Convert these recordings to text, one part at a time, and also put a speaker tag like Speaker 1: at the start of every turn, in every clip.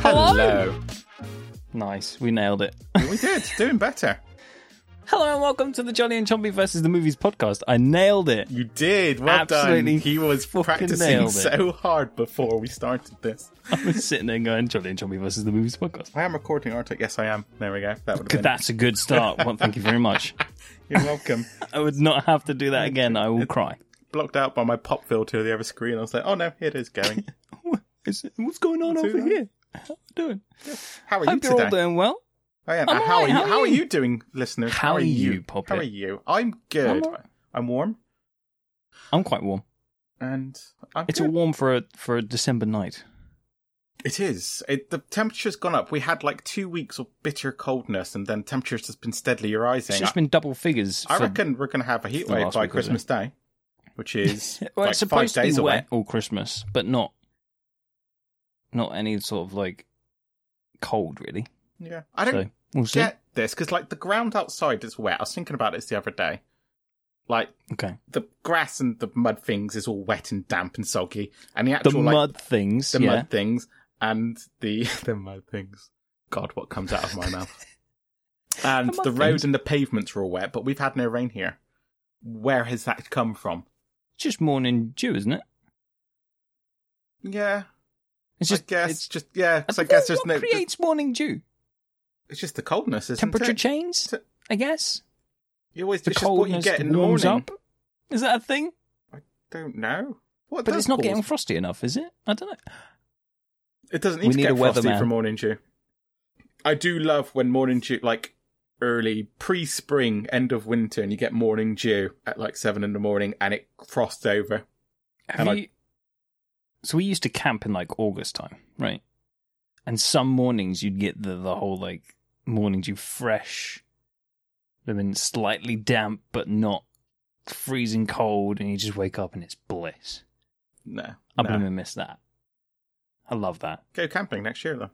Speaker 1: Hello.
Speaker 2: Nice, we nailed it.
Speaker 1: we did. Doing better.
Speaker 2: Hello and welcome to the Johnny and Chompy versus the Movies podcast. I nailed it.
Speaker 1: You did. Well
Speaker 2: Absolutely
Speaker 1: done. He was
Speaker 2: fucking
Speaker 1: practicing
Speaker 2: nailed it.
Speaker 1: so hard before we started this.
Speaker 2: I was sitting there going, Johnny and Chompy versus the Movies podcast.
Speaker 1: I am recording, aren't I? Yes, I am. There we go. That would have been.
Speaker 2: That's a good start. Well, thank you very much.
Speaker 1: You're welcome.
Speaker 2: I would not have to do that again. I will cry.
Speaker 1: Blocked out by my pop filter of the other screen. I was like, oh no, here it is going.
Speaker 2: Is it- What's going on over
Speaker 1: that.
Speaker 2: here? How are we doing?
Speaker 1: How are you
Speaker 2: Hope you're
Speaker 1: today?
Speaker 2: all doing well.
Speaker 1: I am.
Speaker 2: I'm
Speaker 1: And how
Speaker 2: alright.
Speaker 1: are
Speaker 2: How
Speaker 1: you?
Speaker 2: are
Speaker 1: How are
Speaker 2: you?
Speaker 1: you doing, listeners?
Speaker 2: How are you, Poppy?
Speaker 1: How are you? I'm good.
Speaker 2: I'm
Speaker 1: I'm,
Speaker 2: alright.
Speaker 1: warm
Speaker 2: I'm quite warm.
Speaker 1: and I'm
Speaker 2: It's
Speaker 1: good.
Speaker 2: all warm for a for a December night.
Speaker 1: It is. It, the temperature's gone up. We had like two weeks of bitter coldness, and then temperature's just been steadily rising.
Speaker 2: It's just been double figures.
Speaker 1: I, I
Speaker 2: for-
Speaker 1: reckon we're going to have a heat
Speaker 2: the
Speaker 1: wave
Speaker 2: last
Speaker 1: by
Speaker 2: week, really.
Speaker 1: Christmas Day, which is
Speaker 2: Well,
Speaker 1: like
Speaker 2: it's supposed to
Speaker 1: five
Speaker 2: be
Speaker 1: days away.
Speaker 2: wet all Christmas, but not not any sort of like cold really.
Speaker 1: Yeah, I don't
Speaker 2: So we'll see.
Speaker 1: get this because like the ground outside is wet. I was thinking about this the other day. Like
Speaker 2: Okay.
Speaker 1: the grass and the mud things is all wet and damp and soggy, and the
Speaker 2: The
Speaker 1: actual like
Speaker 2: mud things.
Speaker 1: the
Speaker 2: yeah.
Speaker 1: mud things and the the mud things. God, what comes out of my mouth? And
Speaker 2: The
Speaker 1: the,
Speaker 2: mud
Speaker 1: road
Speaker 2: things.
Speaker 1: and the pavements are all wet, but we've had no rain here. Where has that come from?
Speaker 2: It's just morning dew, isn't it?
Speaker 1: Yeah,
Speaker 2: It's just
Speaker 1: I guess
Speaker 2: it's-
Speaker 1: just yeah, because I,
Speaker 2: don't know
Speaker 1: guess there's
Speaker 2: what
Speaker 1: no.
Speaker 2: creates morning dew.
Speaker 1: It's just the coldness, isn't
Speaker 2: Temperature
Speaker 1: it?
Speaker 2: chains,
Speaker 1: T-
Speaker 2: I guess.
Speaker 1: You always
Speaker 2: The
Speaker 1: it's just what you
Speaker 2: coldness
Speaker 1: get in the
Speaker 2: warms
Speaker 1: morning.
Speaker 2: up. Is that a thing?
Speaker 1: Don't know. What
Speaker 2: But
Speaker 1: does
Speaker 2: it's not
Speaker 1: cause-
Speaker 2: getting frosty enough, is it? I don't know.
Speaker 1: It doesn't
Speaker 2: We
Speaker 1: need to
Speaker 2: need
Speaker 1: get
Speaker 2: a
Speaker 1: frosty
Speaker 2: weatherman.
Speaker 1: for morning dew. I do love when morning dew, like early pre-spring, end of winter, and you get morning dew at like seven in the morning, and it frosts over.
Speaker 2: Have
Speaker 1: And I-
Speaker 2: you... So we used to camp in like August time, right? And some mornings you'd get the the whole like morning dew fresh, I mean slightly damp but not freezing cold, and you just wake up and it's bliss.
Speaker 1: No,
Speaker 2: I
Speaker 1: no.
Speaker 2: blooming miss that. I love that.
Speaker 1: go camping next year though.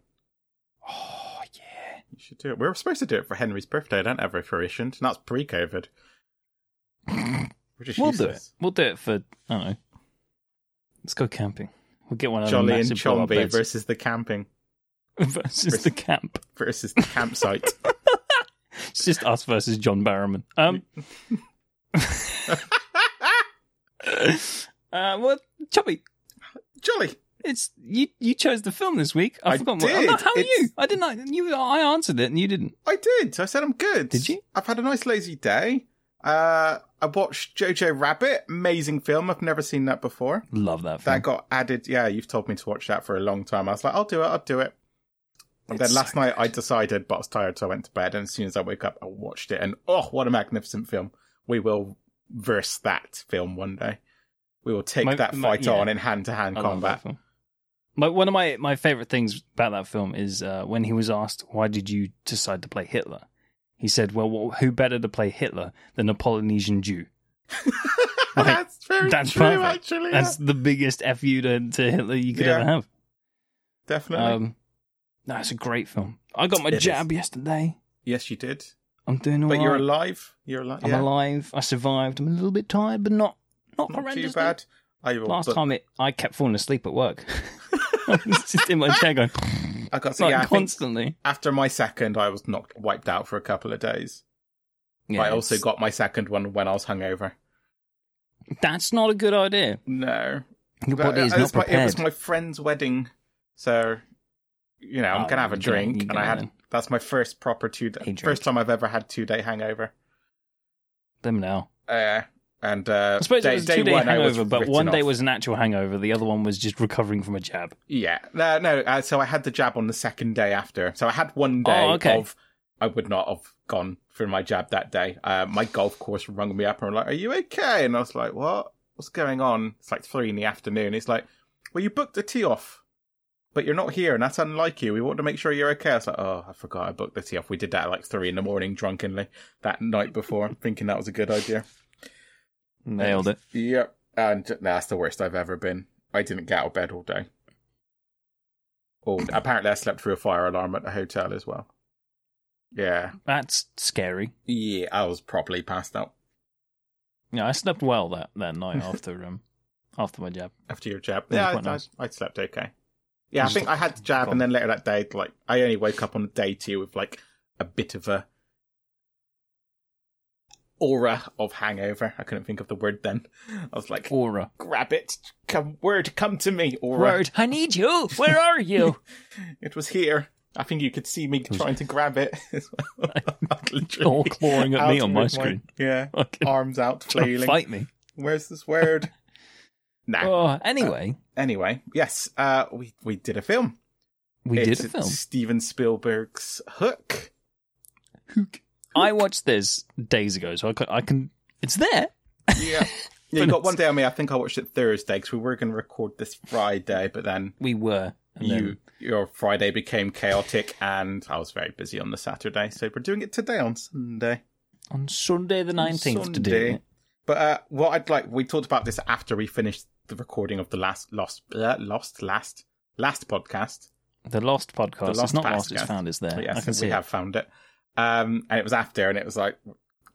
Speaker 2: Oh yeah,
Speaker 1: You should do it. We were supposed to do it for Henry's birthday. I don't have a fruition, and that's pre-COVID. We're just
Speaker 2: we'll do it.
Speaker 1: useless.
Speaker 2: We'll do it for I don't know. Let's go camping. We'll get one of
Speaker 1: Jolly and
Speaker 2: the massive blow up
Speaker 1: Chomby
Speaker 2: beds
Speaker 1: versus the camping
Speaker 2: versus the camp.
Speaker 1: versus the campsite.
Speaker 2: It's just us versus John Barrowman. Um, uh, well, Choppy,
Speaker 1: Jolly.
Speaker 2: it's you. You chose the film this week. I,
Speaker 1: I
Speaker 2: forgot.
Speaker 1: did.
Speaker 2: What, how are
Speaker 1: It's-
Speaker 2: you? I didn't. know- You. I answered it, and you didn't.
Speaker 1: I did. I said I'm good.
Speaker 2: Did you?
Speaker 1: I've had a nice lazy day. Uh, I watched Jojo Rabbit. Amazing film. I've never seen that before.
Speaker 2: Love that film.
Speaker 1: That got added. Yeah, you've told me to watch that for a long time. I was like, I'll do it. I'll do it. And
Speaker 2: It's
Speaker 1: then last
Speaker 2: so
Speaker 1: night I decided, but I was tired, so I went to bed. And as soon as I woke up, I watched it. And oh, what a magnificent film! We will verse that film one day. We will take
Speaker 2: My-
Speaker 1: that
Speaker 2: my-
Speaker 1: fight
Speaker 2: yeah.
Speaker 1: on in hand to hand
Speaker 2: I love that
Speaker 1: combat.
Speaker 2: film. My, one of my, my favorite things about that film is uh, when he was asked, "Why did you decide to play Hitler?" He said, "Well, wh- who better to play Hitler than a Polynesian Jew?" Like,
Speaker 1: that's very
Speaker 2: that's
Speaker 1: true,
Speaker 2: perfect.
Speaker 1: actually. yeah.
Speaker 2: That's the biggest fu to, to Hitler you could
Speaker 1: Yeah.
Speaker 2: ever have.
Speaker 1: Definitely.
Speaker 2: Um, no, it's a great film. I got my
Speaker 1: It is.
Speaker 2: jab yesterday.
Speaker 1: yes, you did.
Speaker 2: I'm doing all
Speaker 1: But you're
Speaker 2: right.
Speaker 1: alive. You're alive.
Speaker 2: I'm
Speaker 1: yeah.
Speaker 2: alive. I survived. I'm a little bit tired, but not not,
Speaker 1: Not too
Speaker 2: horrendously.
Speaker 1: bad. I will,
Speaker 2: Last
Speaker 1: but
Speaker 2: time it, I kept falling asleep at work. I was just in my chair going
Speaker 1: I got so
Speaker 2: like
Speaker 1: yeah, I think
Speaker 2: constantly.
Speaker 1: after my second, I was knocked wiped out for a couple of days.
Speaker 2: Yeah,
Speaker 1: I also
Speaker 2: it's-
Speaker 1: got my second one when I was hungover.
Speaker 2: That's not a good idea.
Speaker 1: No,
Speaker 2: Your
Speaker 1: But
Speaker 2: body is
Speaker 1: it,
Speaker 2: not
Speaker 1: was my, it
Speaker 2: prepared.
Speaker 1: was my friend's wedding, so you know I'm
Speaker 2: Oh,
Speaker 1: gonna have a
Speaker 2: you're gonna-
Speaker 1: drink,
Speaker 2: you're
Speaker 1: and I
Speaker 2: gonna
Speaker 1: had
Speaker 2: then.
Speaker 1: that's my first proper two
Speaker 2: A
Speaker 1: day,
Speaker 2: drink.
Speaker 1: first time I've ever had two day hangover.
Speaker 2: Them now.
Speaker 1: Uh, and uh,
Speaker 2: I suppose
Speaker 1: day,
Speaker 2: it was
Speaker 1: day
Speaker 2: two day
Speaker 1: one, I was
Speaker 2: hangover, but
Speaker 1: written
Speaker 2: one day
Speaker 1: off.
Speaker 2: was an actual hangover. The other one was just recovering from a jab.
Speaker 1: Yeah, no, no. Uh, so I had the jab on the second day after. So I had one day
Speaker 2: Oh, okay.
Speaker 1: of I would not have gone for my jab that day. Uh, my golf course rung me up and were like, "Are you okay?" And I was like, "What? What's going on?" It's like three in the afternoon. It's like, "Well, you booked a tee off, but you're not here, and that's unlike you. We want to make sure you're okay." I was like, "Oh, I forgot I booked the tee off. We did that at like three in the morning, drunkenly that night before, thinking that was a good idea." Mm,
Speaker 2: Nailed it.
Speaker 1: Yep, and no, that's the worst I've ever been. I didn't get out of bed all day. Oh, apparently I slept through a fire alarm at the hotel as well. Yeah,
Speaker 2: That's scary.
Speaker 1: yeah, I was properly passed out
Speaker 2: Yeah, I slept well that, that night after um after my jab.
Speaker 1: after your jab.
Speaker 2: Yeah,
Speaker 1: Yeah, I,
Speaker 2: quite nice.
Speaker 1: I, I slept okay. Yeah, I
Speaker 2: Just-
Speaker 1: think I had the jab, and then later that day, like I only woke up on day two with like a bit of a aura of hangover. I couldn't think of the word then. I was like,
Speaker 2: Aura.
Speaker 1: "Grab it, come word, come to me, aura."
Speaker 2: Word, I need you. Where are you?
Speaker 1: It was here. I think you could see me trying to grab it. Literally
Speaker 2: All clawing at
Speaker 1: out
Speaker 2: me on my
Speaker 1: with
Speaker 2: screen.
Speaker 1: yeah,
Speaker 2: Fucking
Speaker 1: arms out, flailing.
Speaker 2: Fight me.
Speaker 1: Where's this word? nah.
Speaker 2: Oh, anyway,
Speaker 1: Anyway, yes, uh, we we did a film.
Speaker 2: we
Speaker 1: it's
Speaker 2: did a film.
Speaker 1: Steven Spielberg's Hook.
Speaker 2: I watched this days ago, so I can. I can it's there.
Speaker 1: Yeah. we got one day on me. I think I watched it Thursday because we were going to record this Friday, but then
Speaker 2: We were. And then-
Speaker 1: you your Friday became chaotic, and I was very busy on the Saturday. So we're doing it today on Sunday.
Speaker 2: on Sunday the nineteenth to do
Speaker 1: Sunday.
Speaker 2: it.
Speaker 1: But uh, what I'd like, we talked about this after we finished the recording of the last lost uh, lost last last podcast.
Speaker 2: The Lost podcast.
Speaker 1: Lost
Speaker 2: it's not lost. It's
Speaker 1: podcast.
Speaker 2: found. It's there.
Speaker 1: But yes,
Speaker 2: I can see
Speaker 1: we
Speaker 2: it.
Speaker 1: have found it. Um, and it was after, and it was like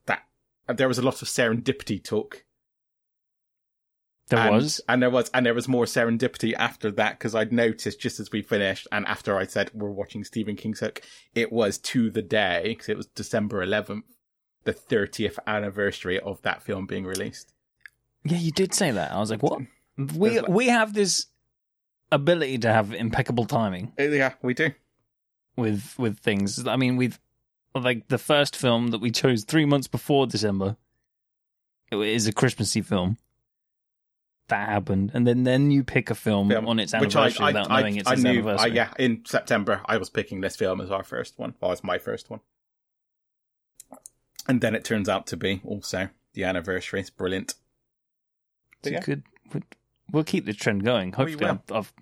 Speaker 1: that. There was a lot of serendipity talk.
Speaker 2: There
Speaker 1: and,
Speaker 2: was.
Speaker 1: and there was, and there was more serendipity after that because I'd noticed just as we finished, and after I said we're watching Stephen King's Hook, it was to the day because it was December 11th, the 30th anniversary of that film being released.
Speaker 2: Yeah, you did say that. I was like, what? We
Speaker 1: There's like-
Speaker 2: we have this ability to have impeccable timing
Speaker 1: Uh, Yeah, we do.
Speaker 2: with with things. I mean, we've like the first film that we chose three months before December it is a Christmassy film. That happened, and then then you pick a film
Speaker 1: Film,
Speaker 2: on its
Speaker 1: Mm-hmm. Which I,
Speaker 2: anniversary
Speaker 1: I,
Speaker 2: without
Speaker 1: I,
Speaker 2: knowing it's
Speaker 1: I
Speaker 2: its
Speaker 1: knew. I,
Speaker 2: anniversary.
Speaker 1: yeah, in September I was picking this film as our first one, well, as my first one, and then it turns out to be also the anniversary. It's brilliant.
Speaker 2: It's a
Speaker 1: Yeah.
Speaker 2: good. we- We'll keep the trend going. Hopefully,
Speaker 1: will.
Speaker 2: I've.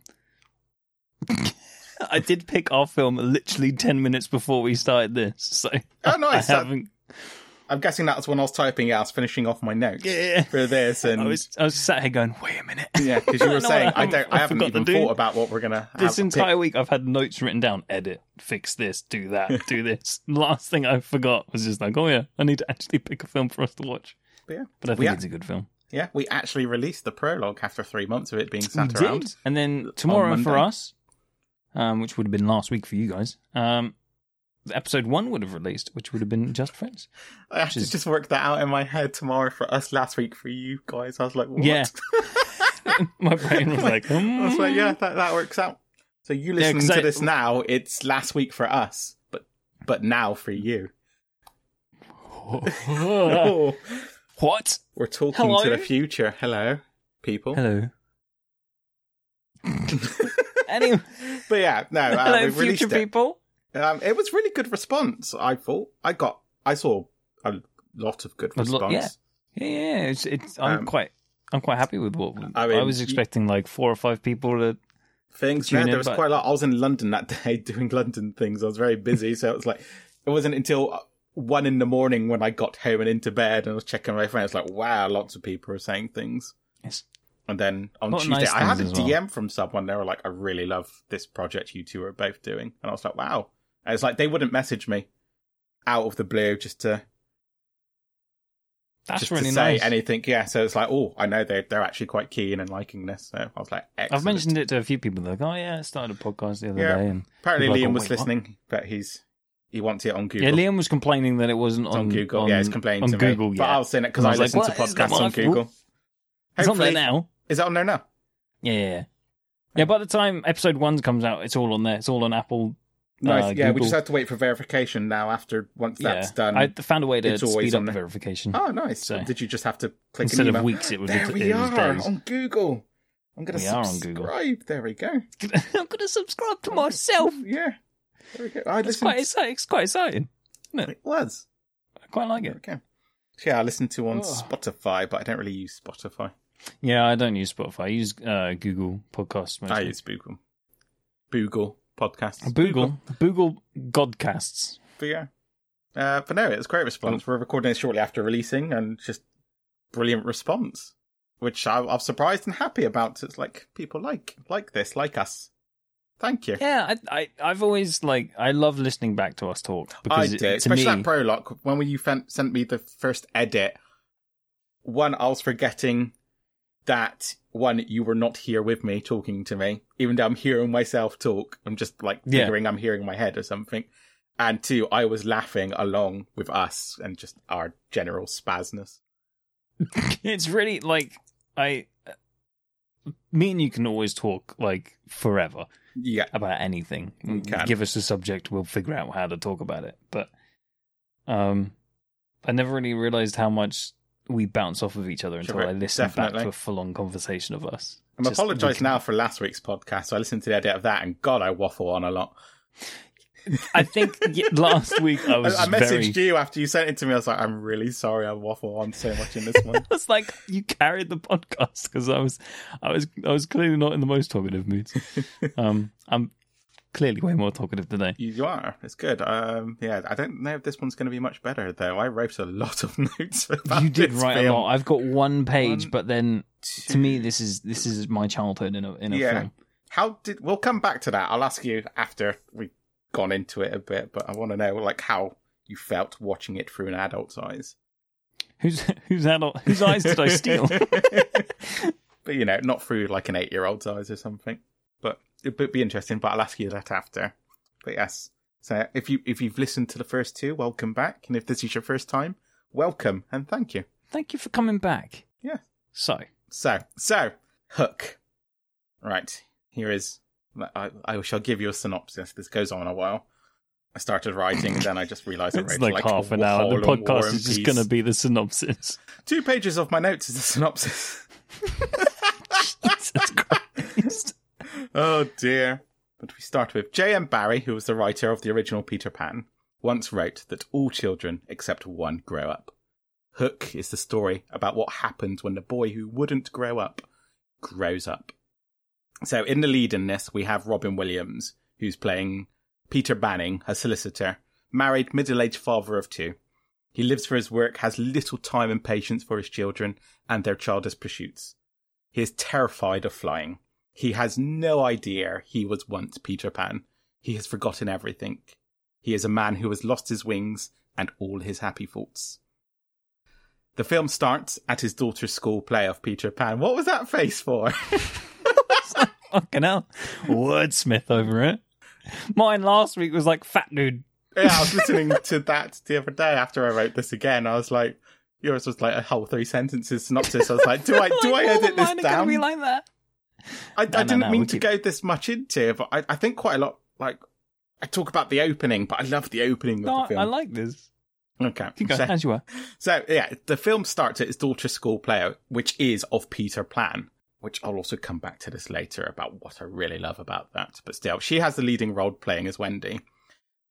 Speaker 2: I've I did pick our film literally ten minutes before we started this, so
Speaker 1: Oh, nice.
Speaker 2: I
Speaker 1: That-
Speaker 2: haven't.
Speaker 1: I'm guessing that's when I was typing. I was finishing off my notes
Speaker 2: Yeah,
Speaker 1: for this, and
Speaker 2: I was I was sat here going, wait a minute.
Speaker 1: Yeah, because you
Speaker 2: I
Speaker 1: were
Speaker 2: know
Speaker 1: saying
Speaker 2: what I
Speaker 1: I
Speaker 2: have.
Speaker 1: don't.
Speaker 2: I
Speaker 1: I haven't
Speaker 2: forgot
Speaker 1: even
Speaker 2: to do.
Speaker 1: thought about what we're gonna.
Speaker 2: This
Speaker 1: have-
Speaker 2: entire week, I've had notes written down: edit, fix this, do that, do this. The Last thing I forgot was just like, oh yeah, I need to actually pick a film for us to watch.
Speaker 1: But yeah,
Speaker 2: But I think
Speaker 1: We-
Speaker 2: it's a good film.
Speaker 1: yeah, we actually released the prologue after three months of it being
Speaker 2: We
Speaker 1: sat around.
Speaker 2: did. And then tomorrow for
Speaker 1: Monday.
Speaker 2: us, um, which would have been last week for you guys, um, episode one would have released, which would have been Just Friends.
Speaker 1: I had to
Speaker 2: is-
Speaker 1: just work that out in my head tomorrow for us last week for you guys. I was like, what?
Speaker 2: Yeah. My brain was like,
Speaker 1: I was like,
Speaker 2: "Hmm."
Speaker 1: yeah, that, that works out. So you
Speaker 2: Yeah,
Speaker 1: listening
Speaker 2: 'cause
Speaker 1: to
Speaker 2: I-
Speaker 1: this now, it's last week for us, but but now for you. Oh,
Speaker 2: "Hmm." what?
Speaker 1: we're talking to
Speaker 2: Hello?
Speaker 1: the future. Hello, people.
Speaker 2: Hello. anyway,
Speaker 1: But yeah, no, uh,
Speaker 2: hello,
Speaker 1: we've released
Speaker 2: future
Speaker 1: it.
Speaker 2: people.
Speaker 1: Um, it was really good response. I thought I got, I saw a lot of good
Speaker 2: A
Speaker 1: response.
Speaker 2: lot, yeah. Yeah, yeah, it's, it's, I'm
Speaker 1: Um,
Speaker 2: quite. I'm quite happy with what
Speaker 1: I
Speaker 2: I,
Speaker 1: mean,
Speaker 2: was
Speaker 1: you-
Speaker 2: expecting, like four or five people to.
Speaker 1: Things.
Speaker 2: Tune
Speaker 1: No,
Speaker 2: in,
Speaker 1: there was
Speaker 2: but-
Speaker 1: quite a lot. I was in London that day doing London things. I was very busy, so it was like it wasn't until uh, one in the morning when I got home and into bed and I was checking my phone. It's like wow, lots of people are saying things.
Speaker 2: Yes.
Speaker 1: And then on
Speaker 2: Lot of
Speaker 1: Tuesday,
Speaker 2: nice
Speaker 1: I had a
Speaker 2: things as well.
Speaker 1: DM from someone. They were like, "I really love this project you two are both doing," and I was like, "Wow!" And it's like they wouldn't message me out of the blue just to
Speaker 2: That's
Speaker 1: just
Speaker 2: really
Speaker 1: to say
Speaker 2: nice.
Speaker 1: anything. Yeah, so it's like, oh, I know they they're actually quite keen and liking this. So I was like, excellent.
Speaker 2: I've mentioned it to a few people. They're like, oh yeah, I started a podcast the other
Speaker 1: Yeah.
Speaker 2: day, and
Speaker 1: Apparently,
Speaker 2: People are like,
Speaker 1: Liam
Speaker 2: "Oh,
Speaker 1: was
Speaker 2: wait, what?"
Speaker 1: listening, but he's he wants it on Google.
Speaker 2: yeah, Liam was complaining that it wasn't
Speaker 1: It's on,
Speaker 2: on,
Speaker 1: Google.
Speaker 2: on-
Speaker 1: yeah, he's complaining
Speaker 2: on
Speaker 1: to
Speaker 2: Google
Speaker 1: me.
Speaker 2: yet.
Speaker 1: But I was saying it because
Speaker 2: And I
Speaker 1: I,
Speaker 2: was like,
Speaker 1: listen to
Speaker 2: "What is that
Speaker 1: podcasts on
Speaker 2: one?"
Speaker 1: Google.
Speaker 2: it's on there
Speaker 1: Hopefully-
Speaker 2: now. Uh,
Speaker 1: Is it on there now?
Speaker 2: Yeah, yeah, yeah. Yeah, by the time episode one comes out, it's all on there. It's all on Apple.
Speaker 1: Nice. yeah, we
Speaker 2: Google.
Speaker 1: just have to wait for verification now. After once that's
Speaker 2: yeah.
Speaker 1: done.
Speaker 2: I found a way to
Speaker 1: it's always
Speaker 2: speed up
Speaker 1: on
Speaker 2: the
Speaker 1: there.
Speaker 2: verification.
Speaker 1: Oh, nice.
Speaker 2: So-
Speaker 1: Did you just have to click
Speaker 2: Instead
Speaker 1: an
Speaker 2: of
Speaker 1: email?
Speaker 2: weeks, it was,
Speaker 1: there
Speaker 2: it
Speaker 1: we
Speaker 2: was
Speaker 1: are
Speaker 2: days.
Speaker 1: on Google. I'm gonna
Speaker 2: We are on
Speaker 1: subscribe.
Speaker 2: Google.
Speaker 1: There we go.
Speaker 2: I'm going to subscribe to myself.
Speaker 1: Yeah. There we go. I
Speaker 2: It's
Speaker 1: listened.
Speaker 2: quite, exciting. it's quite exciting.
Speaker 1: It was.
Speaker 2: I quite like it.
Speaker 1: Okay. Yeah, I listen to on
Speaker 2: Oh.
Speaker 1: Spotify, but I don't really use Spotify.
Speaker 2: Yeah, I don't use Spotify. I use uh, Google Podcasts mostly.
Speaker 1: I use Boogle. Boogle podcasts.
Speaker 2: Oh, Google, Google Godcasts.
Speaker 1: But yeah. Uh, but no, it was a great response.
Speaker 2: Oh.
Speaker 1: We're recording it shortly after releasing and just brilliant response, which I, I'm surprised and happy about. It's like people like like this, like us. Thank you.
Speaker 2: Yeah, I, I, I've always like I love listening back to us talk
Speaker 1: I
Speaker 2: because
Speaker 1: did,
Speaker 2: it, to
Speaker 1: especially
Speaker 2: me,
Speaker 1: that prologue. When you fen- sent me the first edit, one, I was forgetting that one, you were not here with me talking to me, even though I'm hearing myself talk. I'm just like
Speaker 2: Yeah.
Speaker 1: figuring I'm hearing my head or something. And two, I was laughing along with us and just our general spazness.
Speaker 2: it's really like I. Me and you can always talk like forever
Speaker 1: Yeah,
Speaker 2: about anything.
Speaker 1: We can.
Speaker 2: Give us a subject, we'll figure out how to talk about it. But um, I never really realized how much we bounce off of each other until
Speaker 1: Sure,
Speaker 2: I listened back
Speaker 1: definitely.
Speaker 2: to a full-on conversation of us.
Speaker 1: I'm
Speaker 2: Just-
Speaker 1: apologise now for last week's podcast. So I listened to the edit of that, and God, I waffle on a lot.
Speaker 2: I think y- last week I was
Speaker 1: I, I
Speaker 2: very.
Speaker 1: messaged you after you sent it to me. I was like, I'm really sorry, I waffle on so much in this one.
Speaker 2: I was like, you carried the podcast because I was, I was, I was clearly not in the most talkative moods. Um, I'm clearly way more talkative today.
Speaker 1: you, you are. It's good. Um, yeah, I don't know if this one's going to be much better though. I wrote a lot of notes. About
Speaker 2: you did
Speaker 1: this
Speaker 2: write
Speaker 1: film.
Speaker 2: a lot. I've got one page,
Speaker 1: One,
Speaker 2: but then to
Speaker 1: two.
Speaker 2: me, this is this is my childhood in a in a
Speaker 1: Yeah.
Speaker 2: film.
Speaker 1: How did? We'll come back to that. I'll ask you after we've gone into it a bit, but I want to know like how you felt watching it through an adult's eyes.
Speaker 2: Whose whose adult whose eyes did I steal?
Speaker 1: but you know, not through like an eight-year-old's eyes or something. But it would be interesting. But I'll ask you that after. But yes, so if you if you've listened to the first two, welcome back. And if this is your first time, welcome and thank you.
Speaker 2: Thank you for coming back.
Speaker 1: Yeah.
Speaker 2: So
Speaker 1: So so hook. Right here is. I, I shall give you a synopsis. This goes on a while. I started writing, and then I just realised I
Speaker 2: it's
Speaker 1: wrote
Speaker 2: like,
Speaker 1: like
Speaker 2: half
Speaker 1: a
Speaker 2: an hour. The
Speaker 1: whole on War
Speaker 2: podcast
Speaker 1: and
Speaker 2: is just
Speaker 1: Peace.
Speaker 2: going to be the synopsis.
Speaker 1: two pages of my notes is the synopsis.
Speaker 2: Jesus Christ.
Speaker 1: Oh dear. But we start with J.M. Barrie, who was the writer of the original Peter Pan, once wrote that all children except one grow up. Hook is the story about what happens when the boy who wouldn't grow up grows up. So in the lead in this, we have Robin Williams, who's playing Peter Banning, a solicitor, married middle aged father of two. He lives for his work, has little time and patience for his children and their childish pursuits. He is terrified of flying. He has no idea he was once Peter Pan. He has forgotten everything. He is a man who has lost his wings and all his happy thoughts. The film starts at his daughter's school play of Peter Pan. What was that face for?
Speaker 2: Fucking hell. Wordsmith over it. Mine last week was like fat dude.
Speaker 1: yeah, I was listening to that the other day after I wrote this again. I was like, yours was like a whole three sentences synopsis. I was like, do I do I
Speaker 2: Like, all of
Speaker 1: edit this
Speaker 2: mine are gonna
Speaker 1: down?
Speaker 2: Be like that.
Speaker 1: I,
Speaker 2: No, no,
Speaker 1: I didn't
Speaker 2: no,
Speaker 1: mean
Speaker 2: we
Speaker 1: to
Speaker 2: keep-
Speaker 1: go this much into it, but I, I think quite a lot. Like, I talk about the opening, but I love the opening
Speaker 2: No,
Speaker 1: of the
Speaker 2: I, I
Speaker 1: film.
Speaker 2: like this.
Speaker 1: okay,
Speaker 2: Keep going,
Speaker 1: so-
Speaker 2: as you are.
Speaker 1: So yeah, the film starts at his daughter's school play, which is of Peter Plan, which I'll also come back to this later about what I really love about that. But still, she has the leading role playing as Wendy.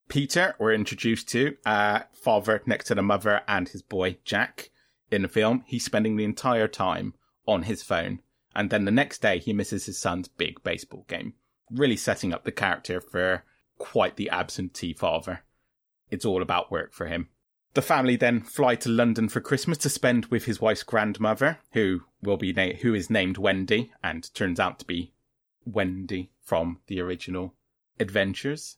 Speaker 1: Peter, we're introduced to uh, father next to the mother and his boy Jack in the film. He's spending the entire time on his phone, and then the next day he misses his son's big baseball game, really setting up the character for quite the absentee father. It's all about work for him. The family then fly to London for Christmas to spend with his wife's grandmother, who will be na- who is named Wendy and turns out to be Wendy from the original Adventures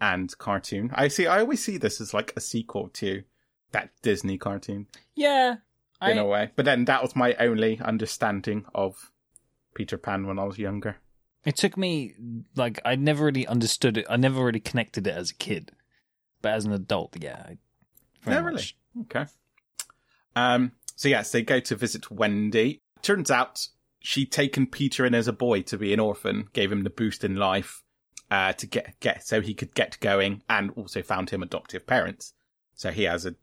Speaker 1: and cartoon. I see. I always see this as like a sequel to that Disney cartoon
Speaker 2: Yeah. I,
Speaker 1: in a way. But then that was my only understanding of Peter Pan when I was younger.
Speaker 2: It took me like I never really understood it. I never really connected it as a kid, but as an adult, yeah. I, very
Speaker 1: Yeah, really?
Speaker 2: much.
Speaker 1: Okay. Um. So yes, they go to visit Wendy. Turns out she'd taken Peter in as a boy to be an orphan, gave him the boost in life, uh, to get get so he could get going, and also found him adoptive parents. So he has a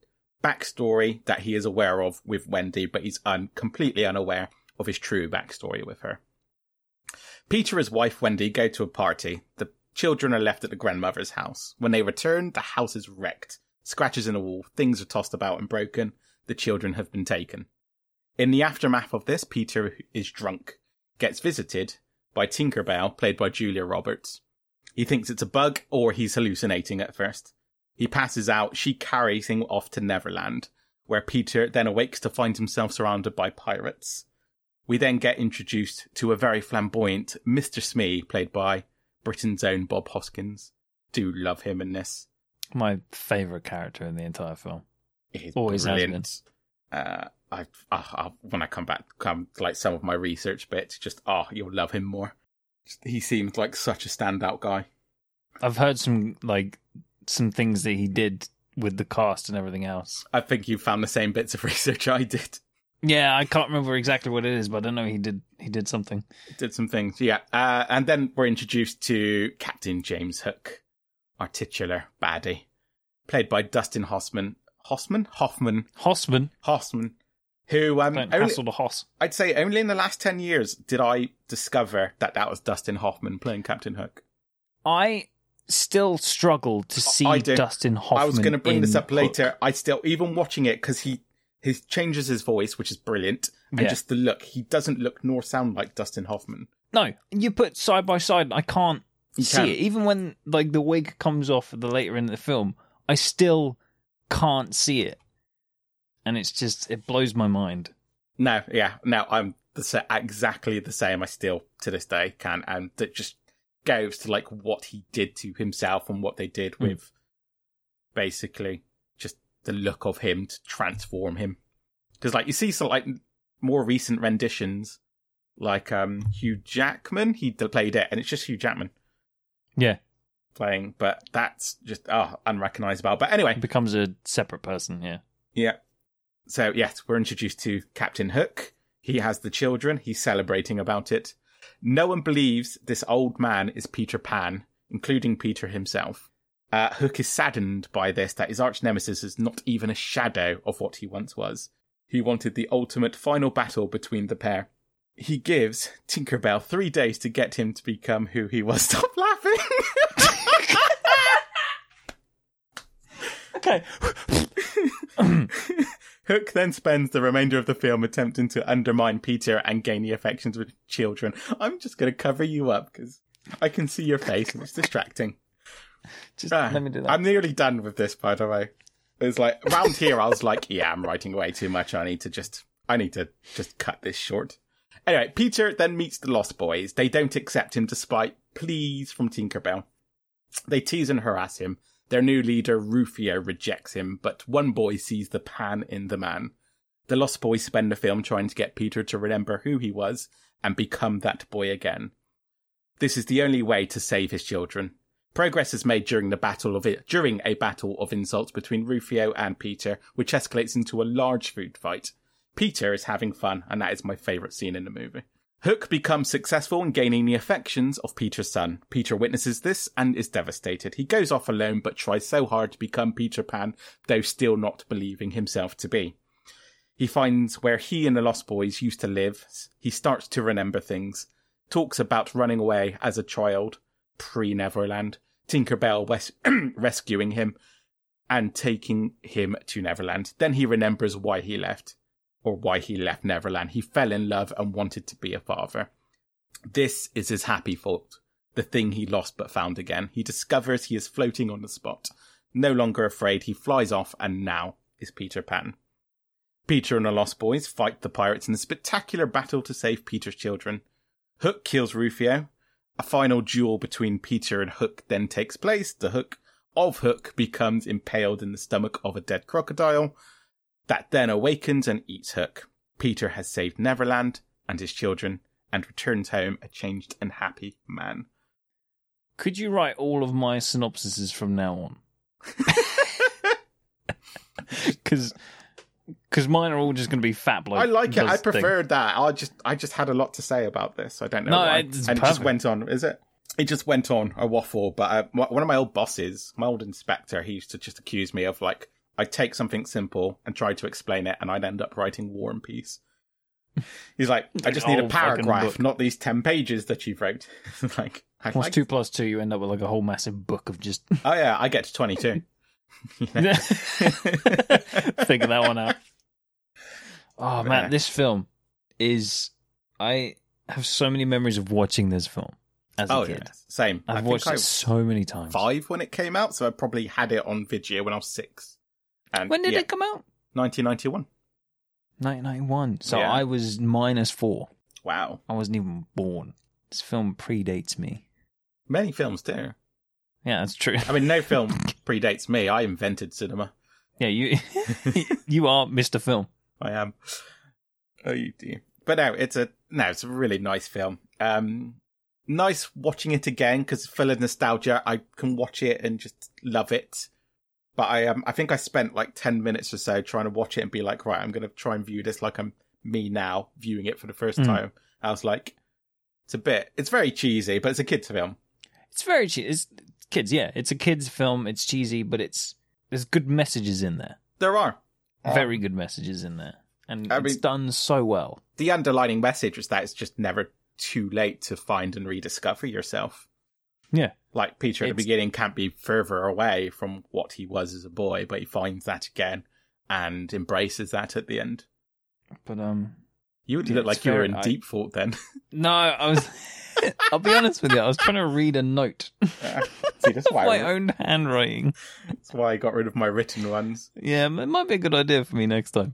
Speaker 1: backstory that he is aware of with Wendy, but he's un- completely unaware of his true backstory with her. Peter and his wife Wendy go to a party. The children are left at the grandmother's house. When they return, the house is wrecked. Scratches in the wall, things are tossed about and broken. The children have been taken. In the aftermath of this, Peter is drunk, gets visited by Tinkerbell, played by Julia Roberts. He thinks it's a bug or he's hallucinating at first. He passes out, she carries him off to Neverland, where Peter then awakes to find himself surrounded by pirates. We then get introduced to a very flamboyant Mr. Smee, played by Britain's own Bob Hoskins. Do love him in this.
Speaker 2: My favorite character in the entire film.
Speaker 1: He's
Speaker 2: Always has
Speaker 1: brilliant. Uh, I, uh, I'll, when I come back, come to, like some of my research bits. Just oh, you'll love him more. Just- he seemed like such a standout guy.
Speaker 2: I've heard some like some things that he did with the cast and everything else.
Speaker 1: I think you found the same bits of research I did.
Speaker 2: Yeah, I can't remember exactly what it is, but I know he did he did something.
Speaker 1: Did some things, yeah. Uh, and then we're introduced to Captain James Hook, our titular baddie, played by Dustin Hoffman. Hoffman, Hoffman,
Speaker 2: Hossman,
Speaker 1: Hoffman, who um,
Speaker 2: don't
Speaker 1: only,
Speaker 2: hassle the Hoss.
Speaker 1: I'd say only in the last ten years did I discover that that was Dustin Hoffman playing Captain Hook.
Speaker 2: I still struggle to see
Speaker 1: I do.
Speaker 2: Dustin Hoffman.
Speaker 1: I was going to bring
Speaker 2: in
Speaker 1: this up
Speaker 2: Hook.
Speaker 1: later. I still, even watching it, because he he changes his voice, which is brilliant, and
Speaker 2: Yeah.
Speaker 1: just the look. He doesn't look nor sound like Dustin Hoffman.
Speaker 2: No, you put side by side. and I can't
Speaker 1: You
Speaker 2: see
Speaker 1: can't.
Speaker 2: it. Even when like the wig comes off at the later in the film, I still can't see it, and it's just it blows my mind.
Speaker 1: No, yeah, no, I'm the sa- exactly the same. I still to this day can, and that just goes to like what he did to himself and what they did
Speaker 2: Mm.
Speaker 1: with basically just the look of him to transform him. Because like you see some like more recent renditions, like um Hugh Jackman, he d- played it, and it's just Hugh Jackman
Speaker 2: Yeah,
Speaker 1: playing, but that's just ah unrecognizable. But anyway,
Speaker 2: it becomes a separate person. Yeah,
Speaker 1: yeah. So yes, we're introduced to Captain Hook. He has the children. He's celebrating about it. No one believes this old man is Peter Pan, including Peter himself. Uh, Hook is saddened by this that his arch nemesis is not even a shadow of what he once was. He wanted the ultimate final battle between the pair. He gives Tinkerbell three days to get him to become who he was. Stop laughing!
Speaker 2: Okay.
Speaker 1: Hook then spends the remainder of the film attempting to undermine Peter and gain the affections of children. I'm just going to cover you up because I can see your face and it's distracting.
Speaker 2: Just
Speaker 1: Ah,
Speaker 2: let me do that.
Speaker 1: I'm nearly done with this, by the way. It's like round here, I was like, yeah, I'm writing way too much. I need to just, I need to just cut this short. Anyway, Peter then meets the Lost Boys. They don't accept him despite pleas from Tinkerbell. They tease and harass him. Their new leader, Rufio, rejects him, but one boy sees the pan in the man. The Lost Boys spend the film trying to get Peter to remember who he was and become that boy again. This is the only way to save his children. Progress is made during the battle of it during a battle of insults between Rufio and Peter, which escalates into a large food fight. Peter is having fun, and that is my favourite scene in the movie. Hook becomes successful in gaining the affections of Peter's son. Peter witnesses this and is devastated. He goes off alone but tries so hard to become Peter Pan, though still not believing himself to be. He finds where he and the Lost Boys used to live. He starts to remember things. Talks about running away as a child, pre Neverland. Tinkerbell wes- rescuing him and taking him to Neverland. Then he remembers why he left, or why he left Neverland. He fell in love and wanted to be a father. This is his happy fault, the thing he lost but found again. He discovers he is floating on the spot. No longer afraid, he flies off and now is Peter Pan. Peter and the Lost Boys fight the pirates in a spectacular battle to save Peter's children. Hook kills Rufio. A final duel between Peter and Hook then takes place. The hook of Hook becomes impaled in the stomach of a dead crocodile that then awakens and eats Hook. Peter has saved Neverland and his children and returns home a changed and happy man.
Speaker 2: Could you write all of my synopsises from now on? Because mine are all just going to be fat bloke.
Speaker 1: I like it. I
Speaker 2: does thing.
Speaker 1: preferred that. I just I just had a lot to say about this. I don't know
Speaker 2: No,
Speaker 1: why.
Speaker 2: it's
Speaker 1: and it just
Speaker 2: perfect.
Speaker 1: went on. Is it? It just went on a waffle. But uh, my- one of my old bosses, my old inspector, he used to just accuse me of like I take something simple and try to explain it, and I'd end up writing War and Peace. He's like, I just need a
Speaker 2: Whole fucking
Speaker 1: paragraph,
Speaker 2: book.
Speaker 1: not these ten pages that you've wrote. like, I
Speaker 2: Plus
Speaker 1: like-
Speaker 2: two plus two, you end up with like a whole massive book of just
Speaker 1: oh yeah, I get to twenty-two.
Speaker 2: figure that one out. Oh
Speaker 1: Yeah.
Speaker 2: man, this film is. I have so many memories of watching this film as a
Speaker 1: oh yeah,
Speaker 2: kid.
Speaker 1: same.
Speaker 2: I've
Speaker 1: I
Speaker 2: watched
Speaker 1: think
Speaker 2: it so many times.
Speaker 1: I was five when it came out, so I probably had it on video when I was six. And
Speaker 2: When did
Speaker 1: yeah,
Speaker 2: it come out?
Speaker 1: 1991.
Speaker 2: 1991. So
Speaker 1: Yeah.
Speaker 2: I was minus four.
Speaker 1: Wow.
Speaker 2: I wasn't even born. This film predates me.
Speaker 1: Many films do.
Speaker 2: Yeah, that's true.
Speaker 1: I mean, no film predates me. I invented cinema.
Speaker 2: Yeah, you you are Mr. Film.
Speaker 1: I am. Oh, you do. But no, it's a no, it's a really nice film. Um, nice watching it again because full of nostalgia. I can watch it and just love it. But I um, I think I spent like ten minutes or so trying to watch it and be like, right, I'm gonna try and view this like I'm me now viewing it for the first
Speaker 2: Mm.
Speaker 1: time. I was like, it's a bit, it's very cheesy, but it's a kids film.
Speaker 2: It's very cheesy. It's kids, yeah. It's a kids' film. It's cheesy, but it's there's good messages in there.
Speaker 1: There are Oh.
Speaker 2: Very good messages in there, and
Speaker 1: I
Speaker 2: it's
Speaker 1: mean-
Speaker 2: done so well.
Speaker 1: the underlining message is that it's just never too late to find and rediscover yourself.
Speaker 2: Yeah.
Speaker 1: Like Peter at the
Speaker 2: It's-
Speaker 1: beginning can't be further away from what he was as a boy, but he finds that again and embraces that at the end.
Speaker 2: But um,
Speaker 1: You would
Speaker 2: Yeah,
Speaker 1: look
Speaker 2: it's
Speaker 1: like you were
Speaker 2: fair.
Speaker 1: in
Speaker 2: I-
Speaker 1: deep thought then.
Speaker 2: no, I was. I'll be honest with you. I was trying to read a note.
Speaker 1: See, that's why,
Speaker 2: my
Speaker 1: I,
Speaker 2: own handwriting.
Speaker 1: that's why I got rid of my written ones.
Speaker 2: Yeah, it might be a good idea for me next time.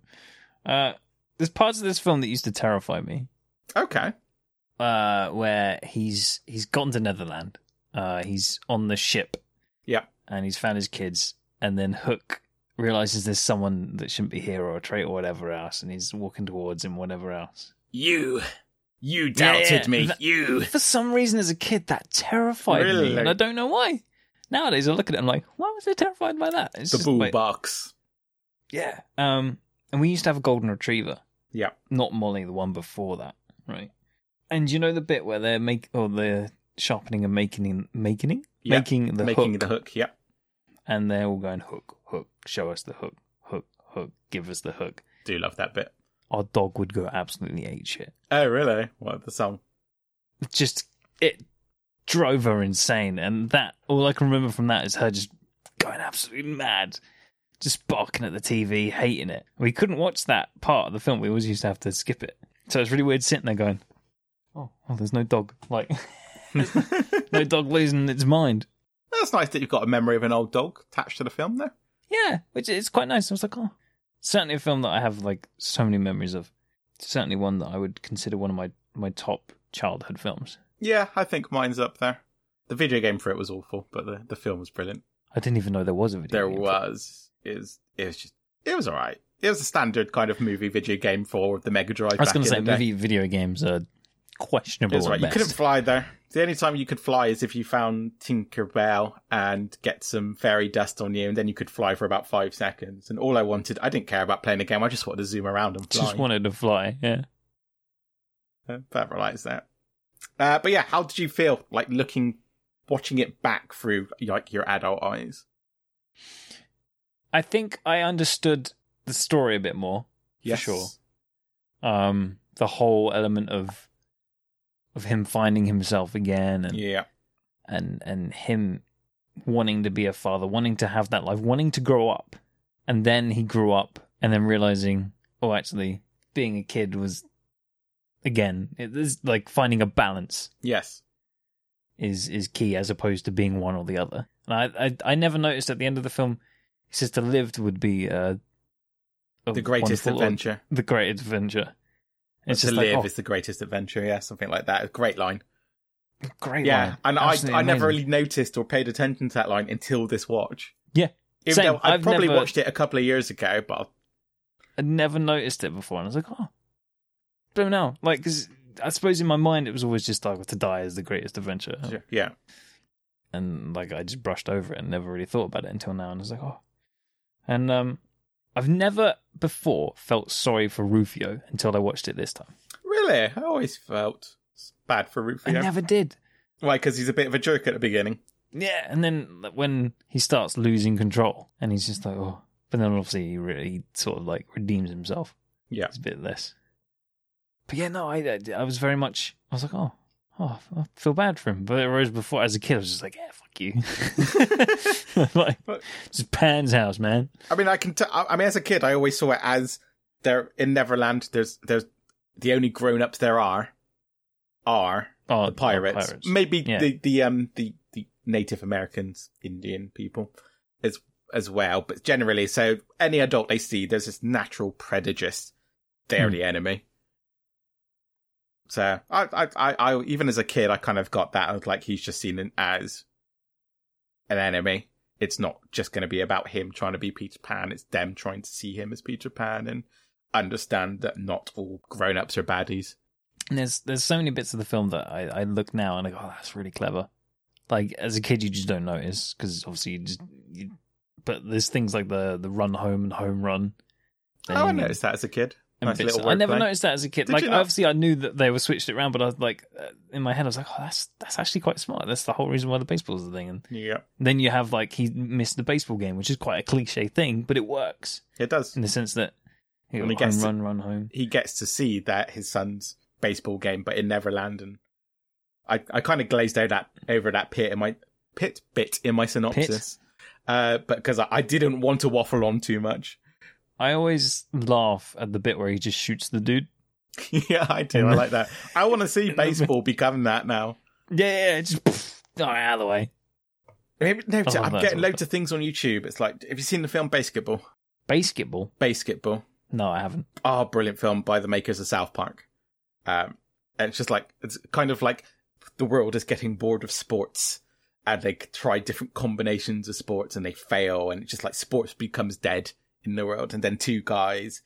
Speaker 2: Uh, there's parts of this film that used to terrify me.
Speaker 1: Okay.
Speaker 2: uh, where he's he's gone to Netherland. Uh, he's on the ship.
Speaker 1: Yeah.
Speaker 2: And he's found his kids. And then Hook realizes there's someone that shouldn't be here or a traitor or whatever else, and he's walking towards him, whatever else.
Speaker 1: You. You
Speaker 2: yeah, that-
Speaker 1: you.
Speaker 2: For some reason, as a kid, that terrified
Speaker 1: Really?
Speaker 2: me, and I don't know why. Nowadays, I look at it, I'm like, why was I terrified by that? It's
Speaker 1: The
Speaker 2: just
Speaker 1: bull
Speaker 2: like-
Speaker 1: box.
Speaker 2: yeah. Um, and we used to have a golden retriever.
Speaker 1: Yeah.
Speaker 2: Not Molly, the one before that, right? And you know the bit where they're make or they're sharpening and making making
Speaker 1: Yeah,
Speaker 2: making the
Speaker 1: Making
Speaker 2: hook,
Speaker 1: the hook, yeah.
Speaker 2: and they're all going hook hook, show us the hook hook hook, give us the hook.
Speaker 1: Do love that bit.
Speaker 2: Our dog would go absolutely ape shit.
Speaker 1: Oh, really? What, the song?
Speaker 2: It Just it drove her insane, and that all I can remember from that is her just going absolutely mad. Just barking at the TV, hating it. We couldn't watch that part of the film. We always used to have to skip it. So it's really weird sitting there going, "Oh, oh there's no dog. Like, no dog losing its mind."
Speaker 1: That's nice that you've got a memory of an old dog attached to the film there.
Speaker 2: Yeah, which is quite nice. I was like, oh, certainly a film that I have like so many memories of. Certainly one that I would consider one of my my top childhood films.
Speaker 1: Yeah, I think mine's up there. The video game for it was awful, but the, the film was brilliant.
Speaker 2: I didn't even know there was a video.
Speaker 1: There
Speaker 2: game.
Speaker 1: was it was it was just it was alright. It was a standard kind of movie video game for the Mega Drive.
Speaker 2: I was
Speaker 1: back
Speaker 2: going to
Speaker 1: in
Speaker 2: say
Speaker 1: the day.
Speaker 2: movie video games are questionable.
Speaker 1: It was right.
Speaker 2: at
Speaker 1: You couldn't
Speaker 2: best.
Speaker 1: fly there. The only time you could fly is if you found Tinkerbell and get some fairy dust on you, and then you could fly for about five seconds. And all I wanted, I didn't care about playing the game. I just wanted to zoom around and fly.
Speaker 2: Just wanted to fly. Yeah.
Speaker 1: Uh, that relates that. Uh, but yeah, how did you feel like looking, watching it back through like your adult eyes?
Speaker 2: I think I understood the story a bit more.
Speaker 1: Yes,
Speaker 2: sure. Um, the whole element of of him finding himself again and
Speaker 1: Yeah,
Speaker 2: and and him wanting to be a father, wanting to have that life, wanting to grow up, and then he grew up, and then realizing, oh, actually, being a kid was again, it is like finding a balance
Speaker 1: yes,
Speaker 2: is is key as opposed to being one or the other. And I I, I never noticed at the end of the film, his sister lived would be uh, a
Speaker 1: the greatest
Speaker 2: wonderful-
Speaker 1: adventure.
Speaker 2: the great adventure. It's
Speaker 1: to
Speaker 2: just
Speaker 1: live
Speaker 2: like, oh,
Speaker 1: is the greatest adventure. Yeah, something like that. Great line.
Speaker 2: great.
Speaker 1: yeah,
Speaker 2: line.
Speaker 1: and I
Speaker 2: Absolutely
Speaker 1: I never
Speaker 2: amazing.
Speaker 1: really noticed or paid attention to that line until this watch.
Speaker 2: Yeah,
Speaker 1: Even
Speaker 2: same.
Speaker 1: though I
Speaker 2: I've
Speaker 1: probably
Speaker 2: never-
Speaker 1: watched it a couple of years ago, but
Speaker 2: I'd never noticed it before, and I was like, oh, don't know. Like, 'cause I suppose in my mind it was always just like to die is the greatest adventure,
Speaker 1: I'll... yeah,
Speaker 2: and like I just brushed over it and never really thought about it until now, and I was like, oh, and um, I've never before felt sorry for Rufio until I watched it this time.
Speaker 1: really, I always felt bad for Rufio.
Speaker 2: I never did.
Speaker 1: Why? Because he's a bit of a jerk at the beginning.
Speaker 2: Yeah, and then like, when he starts losing control, and he's just like, oh, but then obviously he really sort of like redeems himself.
Speaker 1: Yeah.
Speaker 2: it's a bit less. But yeah, no, I I- I was very much I was like, oh, oh, I feel bad for him. But whereas before, as a kid, I was just like, yeah, fuck you, like just Pan's house, man.
Speaker 1: I mean, I can. T- I I mean, as a kid, I always saw it as there in Neverland. There's there's the only grown ups there are are
Speaker 2: Oh,
Speaker 1: the pirates. Maybe
Speaker 2: Yeah.
Speaker 1: the the um the the Native Americans, Indian people, as as well. But generally, so any adult they see, there's this natural prejudice. They're
Speaker 2: Hmm.
Speaker 1: the enemy. So I, I I I even as a kid, I kind of got that. I was like, he's just seen it as an enemy. It's not just going to be about him trying to be Peter Pan. It's them trying to see him as Peter Pan and understand that not all grown ups are baddies.
Speaker 2: And there's there's so many bits of the film that I, I look now and I go, oh, that's really clever. Like as a kid, you just don't notice because obviously you just. You, but there's things like the the run home and home run.
Speaker 1: oh, I
Speaker 2: And-
Speaker 1: noticed that as a kid.
Speaker 2: and
Speaker 1: Nice
Speaker 2: bits-
Speaker 1: little
Speaker 2: I never
Speaker 1: wordplay.
Speaker 2: noticed that as a kid.
Speaker 1: Did
Speaker 2: like
Speaker 1: you not?
Speaker 2: obviously, I knew that they were switched it around, but I was like, uh, in my head, I was like, oh, that's that's actually quite smart. That's the whole reason why the baseball's the thing. And
Speaker 1: Yeah,
Speaker 2: then you have like he missed the baseball game, which is quite a cliche thing, but it works
Speaker 1: it does.
Speaker 2: in the sense that you
Speaker 1: When
Speaker 2: know,
Speaker 1: he gets
Speaker 2: home
Speaker 1: to-
Speaker 2: run, run home.
Speaker 1: He gets to see that his son's baseball game, but in Neverland, and I, I kind of glazed out that over that pit in my pit bit in my synopsis, uh, but because I, I didn't want to waffle on too much.
Speaker 2: I always laugh at the bit where he just shoots the dude.
Speaker 1: yeah, I do. I like that. I want to see
Speaker 2: In the-
Speaker 1: baseball become that now.
Speaker 2: Yeah, yeah, yeah, just poof, all right, out of the way.
Speaker 1: Maybe, no,
Speaker 2: Oh,
Speaker 1: I'm
Speaker 2: that's
Speaker 1: getting loads
Speaker 2: awesome.
Speaker 1: of things on YouTube. It's like, have you seen the film Basketball?
Speaker 2: Basketball?
Speaker 1: Basketball.
Speaker 2: No, I haven't.
Speaker 1: Oh, brilliant film by the makers of South Park. Um, and it's just like, it's kind of like the world is getting bored of sports and they try different combinations of sports and they fail. And it's just like sports becomes dead in the world. And then two guys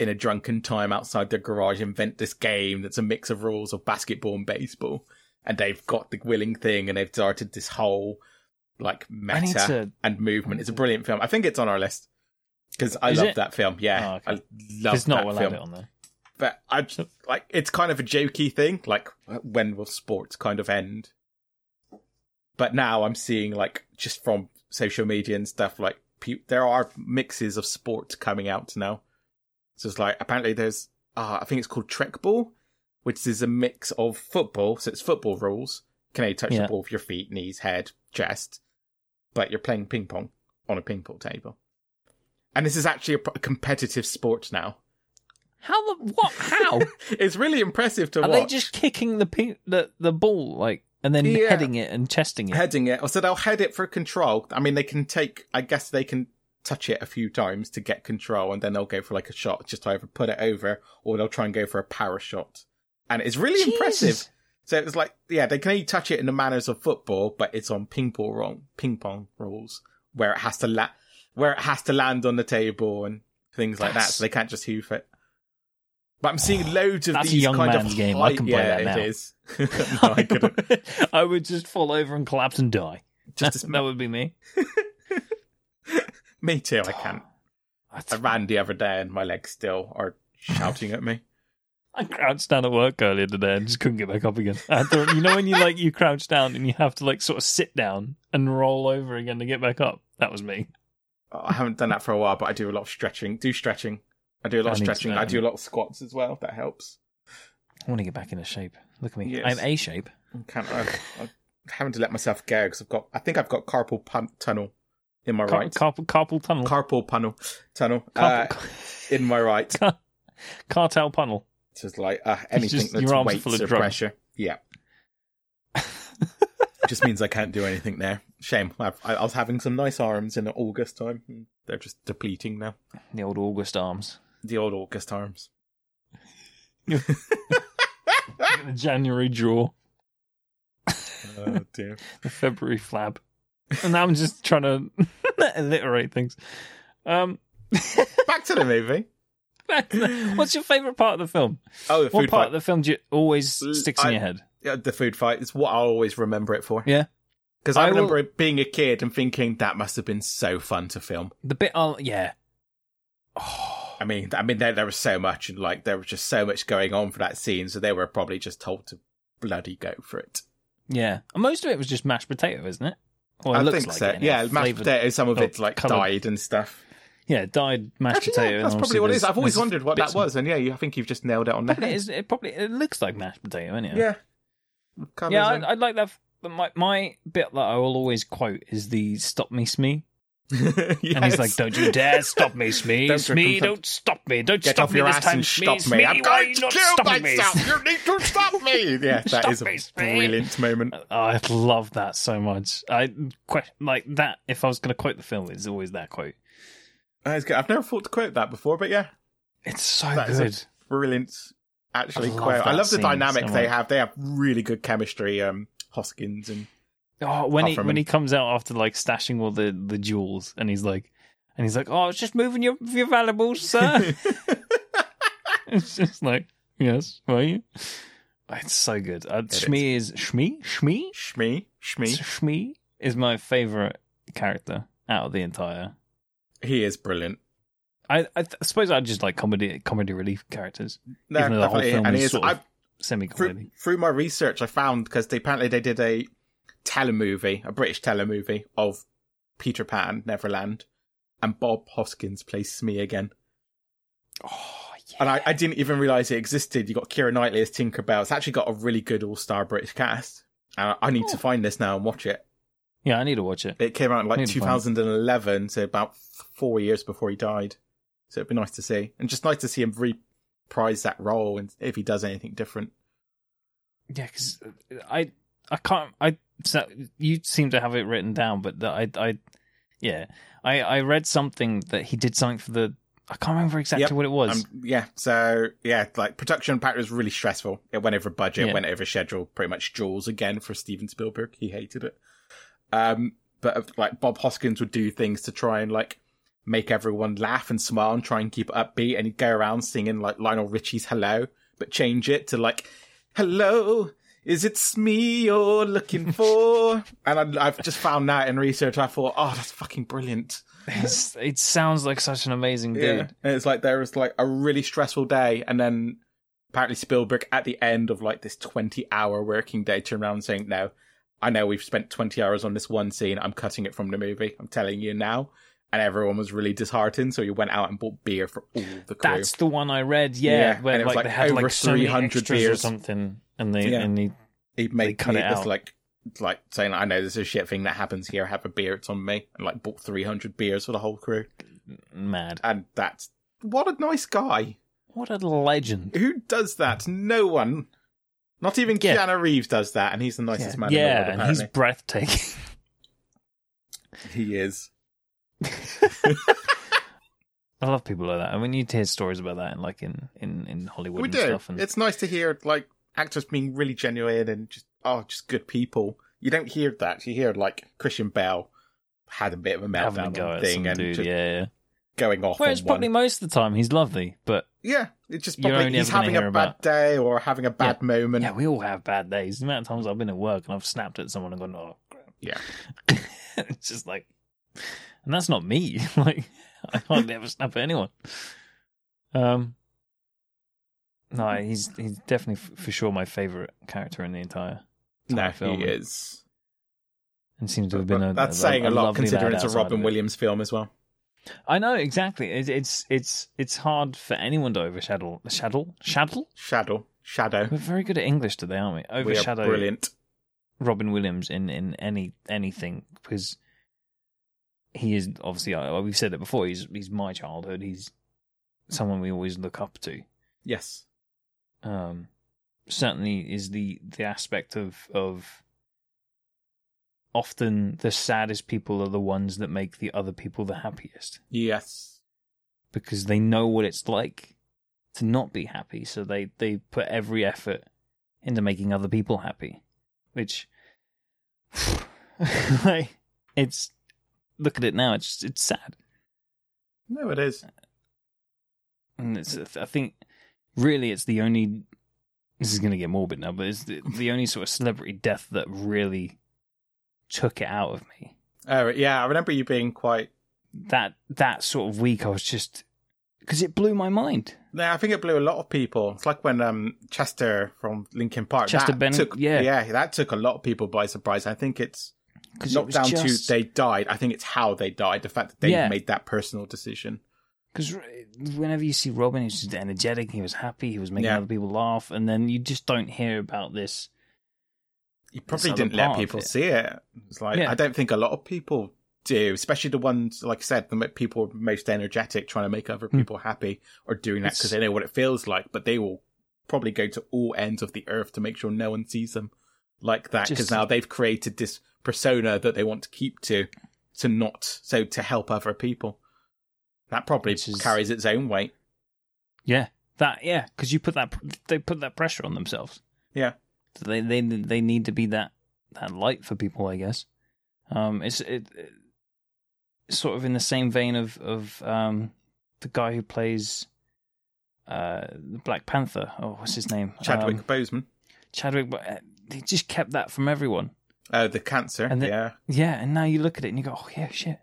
Speaker 1: in a drunken time outside their garage invent this game that's a mix of rules of basketball and baseball. And they've got the willing thing and they've started this whole like
Speaker 2: I need
Speaker 1: meta
Speaker 2: to-
Speaker 1: and movement. It's a brilliant film. I think it's on our list because I
Speaker 2: Is
Speaker 1: love
Speaker 2: it?
Speaker 1: that film. Yeah,
Speaker 2: Oh, okay.
Speaker 1: I love
Speaker 2: it's not
Speaker 1: that
Speaker 2: we'll
Speaker 1: film.
Speaker 2: add it on there.
Speaker 1: But I just, like it's kind of a jokey thing. Like when will sports kind of end? But now I'm seeing like just from social media and stuff like pe- there are mixes of sports coming out now. So it's like apparently there's uh, I think it's called Trek Ball, which is a mix of football. So it's football rules. Can you touch
Speaker 2: Yeah.
Speaker 1: the ball with your feet, knees, head, chest? But you're playing ping pong on a ping pong table. And this is actually a pro- competitive sport now.
Speaker 2: How the what? How?
Speaker 1: It's really impressive to
Speaker 2: Are
Speaker 1: watch.
Speaker 2: they just kicking the pe- the the ball like and then
Speaker 1: Yeah.
Speaker 2: heading it and chesting it?
Speaker 1: heading it? Or so they'll head it for control. I mean, they can take. I guess they can touch it a few times to get control, and then they'll go for like a shot, just to either put it over, or they'll try and go for a power shot. And it's really impressive.
Speaker 2: Jesus.
Speaker 1: So it's like, yeah, they can only touch it in the manners of football, but it's on ping pong wrong, ping pong rules where it has to la- where it has to land on the table and things like that.
Speaker 2: That's-
Speaker 1: So they can't just hoof it. But I'm seeing loads of
Speaker 2: That's a
Speaker 1: these
Speaker 2: young
Speaker 1: kind
Speaker 2: man's
Speaker 1: of
Speaker 2: game. I
Speaker 1: high-
Speaker 2: can play
Speaker 1: yeah,
Speaker 2: that now.
Speaker 1: It is. no, I couldn't.
Speaker 2: I would just fall over and collapse and die.
Speaker 1: Just as
Speaker 2: that would be me.
Speaker 1: Me too. I can't. I
Speaker 2: I,
Speaker 1: ran the other day and my legs still are shouting at me.
Speaker 2: I crouched down at work earlier today and just couldn't get back up again. I had to- you know when you like you crouch down and you have to like sort of sit down and roll over again to get back up. That was me.
Speaker 1: Oh, I haven't done that for a while, but I do a lot of stretching. Do stretching. I do a lot
Speaker 2: I
Speaker 1: of
Speaker 2: need to
Speaker 1: stretching. I
Speaker 2: learn.
Speaker 1: do a lot of squats as well. That helps.
Speaker 2: I want to get back into shape. Look at me.
Speaker 1: Yes.
Speaker 2: I'm A shape.
Speaker 1: I can't. I, I'm having to let myself go because I've got. I think I've got carpal pun- tunnel in my
Speaker 2: Car-
Speaker 1: right.
Speaker 2: carpal, carpal tunnel.
Speaker 1: carpal tunnel. Tunnel.
Speaker 2: carpal,
Speaker 1: uh, in my right.
Speaker 2: cartel tunnel.
Speaker 1: It's just like uh, anything
Speaker 2: just-
Speaker 1: that's
Speaker 2: your arms are
Speaker 1: weights
Speaker 2: full of
Speaker 1: or
Speaker 2: drugs.
Speaker 1: pressure. Yeah. just means I can't do anything there. Shame. I've, I, I was having some nice arms in August time. They're just depleting now.
Speaker 2: The old August arms.
Speaker 1: The old August arms.
Speaker 2: the January jaw.
Speaker 1: Oh dear.
Speaker 2: the February flab. And now I'm just trying to alliterate things. Um,
Speaker 1: Back to the movie.
Speaker 2: what's your favorite part of the film?
Speaker 1: Oh, the
Speaker 2: what
Speaker 1: food
Speaker 2: part
Speaker 1: fight.
Speaker 2: of the film do you, always
Speaker 1: L-
Speaker 2: sticks in
Speaker 1: I-
Speaker 2: your head?
Speaker 1: Yeah, the food fight is what I always remember it for.
Speaker 2: Yeah.
Speaker 1: Because I,
Speaker 2: I will-
Speaker 1: remember it being a kid and thinking that must have been so fun to film.
Speaker 2: The bit, I'll, yeah,
Speaker 1: I mean, I mean, there there was so much and like there was just so much going on for that scene, so they were probably just told to bloody go for it.
Speaker 2: yeah. And most of it was just mashed potato, isn't it? Well, it
Speaker 1: I
Speaker 2: looks
Speaker 1: think
Speaker 2: like
Speaker 1: so.
Speaker 2: it anyway.
Speaker 1: yeah, mashed
Speaker 2: Flavoured-
Speaker 1: potatoes. Some of
Speaker 2: oh,
Speaker 1: it's like
Speaker 2: coloured.
Speaker 1: dyed and stuff.
Speaker 2: Yeah, dyed mashed
Speaker 1: Actually,
Speaker 2: potato.
Speaker 1: yeah,
Speaker 2: and
Speaker 1: that's
Speaker 2: obviously
Speaker 1: probably what it is.
Speaker 2: there's-
Speaker 1: I've always
Speaker 2: there's
Speaker 1: wondered what
Speaker 2: bits
Speaker 1: that
Speaker 2: of-
Speaker 1: was, and yeah, you, I think you've just nailed it on the
Speaker 2: But it,
Speaker 1: head.
Speaker 2: is, it probably it looks like mashed potato, anyway.
Speaker 1: Yeah. With colours
Speaker 2: yeah.
Speaker 1: and-
Speaker 2: I, I'd like that. f- But my my bit that I will always quote is the "Stop me, Smee." And he's like,
Speaker 1: Yes.
Speaker 2: "Don't you dare stop me, Smee!
Speaker 1: Don't
Speaker 2: Smee,
Speaker 1: drink-
Speaker 2: don't stop me! Don't
Speaker 1: Get
Speaker 2: stop
Speaker 1: off
Speaker 2: me
Speaker 1: your
Speaker 2: this
Speaker 1: ass
Speaker 2: time,
Speaker 1: and
Speaker 2: Smee,
Speaker 1: stop
Speaker 2: Smee,
Speaker 1: me. I'm
Speaker 2: why are
Speaker 1: going
Speaker 2: you
Speaker 1: to
Speaker 2: not
Speaker 1: kill
Speaker 2: stopping me?"
Speaker 1: myself. you need to stop me. Yeah, that
Speaker 2: Stop
Speaker 1: is a
Speaker 2: me, Smee.
Speaker 1: brilliant moment.
Speaker 2: Oh, I love that so much. I que- like that. If I was going to quote the film, it's always that quote.
Speaker 1: Uh, it's good. I've never thought to quote that before, but yeah,
Speaker 2: It's so
Speaker 1: That is a-
Speaker 2: good.
Speaker 1: brilliant. Actually,
Speaker 2: I love
Speaker 1: quote. I
Speaker 2: that
Speaker 1: love the
Speaker 2: scene
Speaker 1: dynamic
Speaker 2: so
Speaker 1: they
Speaker 2: much.
Speaker 1: have. They have really good chemistry. Um, Hoskins and
Speaker 2: oh, when he
Speaker 1: Hufferman.
Speaker 2: when he comes out after like stashing all the the jewels, and he's like, and he's like, "Oh, it's just moving your your valuables, sir." it's just like, yes, were you? It's so good. Uh, Shmi is Shmi. Shmi.
Speaker 1: Shmi, Shmi.
Speaker 2: Shmi is my favorite character out of the entire.
Speaker 1: He is brilliant.
Speaker 2: I, I th- suppose I just like comedy comedy relief characters,
Speaker 1: No,
Speaker 2: Even though the whole
Speaker 1: definitely.
Speaker 2: film
Speaker 1: and
Speaker 2: is
Speaker 1: he is,
Speaker 2: sort of
Speaker 1: I,
Speaker 2: semi
Speaker 1: through,
Speaker 2: comedy.
Speaker 1: through my research, I found because they apparently they did a telemovie, a British telemovie of Peter Pan, Neverland, and Bob Hoskins plays Smee again.
Speaker 2: Oh yeah.
Speaker 1: And I, I didn't even realize it existed. You got Kira Knightley as Tinkerbell. It's actually got a really good all star British cast. And I, I need to
Speaker 2: Oh.
Speaker 1: find this now and watch it.
Speaker 2: Yeah, I need to watch it.
Speaker 1: It came out in like
Speaker 2: Need to find it.
Speaker 1: 2011, so about f- four years before he died. So it'd be nice to see, and just nice to see him reprise that role, and if he does anything different.
Speaker 2: Yeah, because I I can't I so you seem to have it written down, but the, I I yeah I I read something that he did something for the I can't remember exactly
Speaker 1: Yep,
Speaker 2: what it was.
Speaker 1: Um, yeah, so yeah, like production part was really stressful. It went over budget,
Speaker 2: Yeah.
Speaker 1: went over schedule, pretty much Jaws again for Steven Spielberg. He hated it. Um, but uh, like Bob Hoskins would do things to try and like make everyone laugh and smile and try and keep it upbeat, and he'd go around singing like Lionel Richie's "Hello," but change it to like "Hello." Is it me you're looking for? and I, I've just found that in research. I thought, oh, that's fucking brilliant.
Speaker 2: It's, it sounds like such an amazing dude.
Speaker 1: Yeah. And it's like there was like a really stressful day and then apparently Spielberg at the end of like this 20 hour working day turned around and saying, no, I know we've spent 20 hours on this one scene. I'm cutting it from the movie. I'm telling you now. And everyone was really disheartened. So he went out and bought beer for all the crew.
Speaker 2: That's the one I read. Yeah,
Speaker 1: Yeah,
Speaker 2: where
Speaker 1: and it was
Speaker 2: like,
Speaker 1: like
Speaker 2: they had
Speaker 1: over
Speaker 2: like so many
Speaker 1: 300
Speaker 2: extras or
Speaker 1: beers.
Speaker 2: something, and they
Speaker 1: Yeah.
Speaker 2: and they
Speaker 1: he made
Speaker 2: They cut
Speaker 1: he
Speaker 2: it
Speaker 1: was
Speaker 2: out.
Speaker 1: like like saying, I know this is a shit thing that happens here. Have a beer. It's on me. And like bought 300 beers for the whole crew.
Speaker 2: mad.
Speaker 1: And that's what a nice guy.
Speaker 2: What a legend.
Speaker 1: Who does that? No one. Not even
Speaker 2: Yeah.
Speaker 1: Keanu Reeves does that, and he's the nicest man in the world.
Speaker 2: yeah, and he's
Speaker 1: Apparently,
Speaker 2: breathtaking.
Speaker 1: he is.
Speaker 2: I love people like that. I mean, you hear stories about that, in, like in in in Hollywood
Speaker 1: we
Speaker 2: and
Speaker 1: do.
Speaker 2: stuff. And
Speaker 1: It's nice to hear like actors being really genuine and just oh, just good people. You don't hear that. You hear like Christian Bell had a bit of a
Speaker 2: having a
Speaker 1: meltdown
Speaker 2: go
Speaker 1: on
Speaker 2: at some
Speaker 1: thing and
Speaker 2: dude,
Speaker 1: just
Speaker 2: yeah, yeah.
Speaker 1: going off.
Speaker 2: Well,
Speaker 1: on
Speaker 2: it's probably
Speaker 1: one.
Speaker 2: most of the time he's lovely, but
Speaker 1: yeah. It's just
Speaker 2: You're
Speaker 1: probably
Speaker 2: only
Speaker 1: he's
Speaker 2: ever gonna
Speaker 1: having a
Speaker 2: hear
Speaker 1: bad
Speaker 2: about-
Speaker 1: day or having a bad moment.
Speaker 2: yeah, we all have bad days. The amount of times I've been at work and I've snapped at someone and gone, "Oh, crap."
Speaker 1: Yeah.
Speaker 2: it's just like, and that's not me. like, I hardly ever snap at anyone. Um, no, he's he's definitely f- for sure my favorite character in the entire
Speaker 1: no,
Speaker 2: film.
Speaker 1: he is.
Speaker 2: and seems to have been a,
Speaker 1: That's
Speaker 2: a-
Speaker 1: saying a, lot
Speaker 2: lovely
Speaker 1: considering
Speaker 2: lad
Speaker 1: it's a
Speaker 2: outside of
Speaker 1: Robin
Speaker 2: it.
Speaker 1: Williams film as well.
Speaker 2: I know exactly. It, it's it's it's hard for anyone to overshadow shadow shadow.
Speaker 1: Shadow, Shadow.
Speaker 2: We're very good at English today, aren't we?
Speaker 1: We are
Speaker 2: Overshadow
Speaker 1: brilliant.
Speaker 2: Robin Williams in in any anything because he is obviously uh, we've said it before. He's he's my childhood. He's someone we always look up to.
Speaker 1: Yes.
Speaker 2: Um, certainly is the the aspect of of often the saddest people are the ones that make the other people the happiest
Speaker 1: Yes.
Speaker 2: because they know what it's like to not be happy so they they put every effort into making other people happy which like it's look at it now it's it's sad
Speaker 1: No, it is.
Speaker 2: and it's i think really it's the only this is going to get morbid now but it's the, the only sort of celebrity death that really took it out of me
Speaker 1: Oh, yeah, I remember you being quite.
Speaker 2: that that sort of week i was just because it blew my mind
Speaker 1: No, I think it blew a lot of people. It's like when um Chester from Linkin Park.
Speaker 2: Chester
Speaker 1: that
Speaker 2: Bennett,
Speaker 1: took-
Speaker 2: yeah.
Speaker 1: yeah, that took a lot of people by surprise. I think it's
Speaker 2: because
Speaker 1: not down
Speaker 2: just...
Speaker 1: to they died. I think it's how they died. The fact that they
Speaker 2: Yeah.
Speaker 1: made that personal decision.
Speaker 2: Because whenever you see Robin, he's just energetic. He was happy. He was making
Speaker 1: Yeah.
Speaker 2: other people laugh, and then you just don't hear about this.
Speaker 1: You probably
Speaker 2: other
Speaker 1: didn't let
Speaker 2: part of
Speaker 1: people
Speaker 2: it.
Speaker 1: see it. It's like
Speaker 2: Yeah.
Speaker 1: I don't think a lot of people do, especially the ones like I said, the mo- people most energetic, trying to make other
Speaker 2: Hmm.
Speaker 1: people happy, or doing that because
Speaker 2: It's-
Speaker 1: they know what it feels like. But they will probably go to all ends of the earth to make sure no one sees them like that because
Speaker 2: Just-
Speaker 1: now they've created this persona that they want to keep to, to not so to help other people. That probably
Speaker 2: Which is-
Speaker 1: carries its own weight.
Speaker 2: Yeah, that yeah, because you put that they put that pressure on themselves.
Speaker 1: Yeah.
Speaker 2: So they they they need to be that that light for people, I guess. Um, it's it, it's sort of in the same vein of of um the guy who plays uh, the Black Panther. Oh, what's his name?
Speaker 1: Chadwick
Speaker 2: Um,
Speaker 1: Boseman.
Speaker 2: Chadwick. But uh, they just kept that from everyone.
Speaker 1: Oh, the cancer.
Speaker 2: and the-
Speaker 1: yeah.
Speaker 2: Yeah, and now you look at it and you go, oh yeah, shit.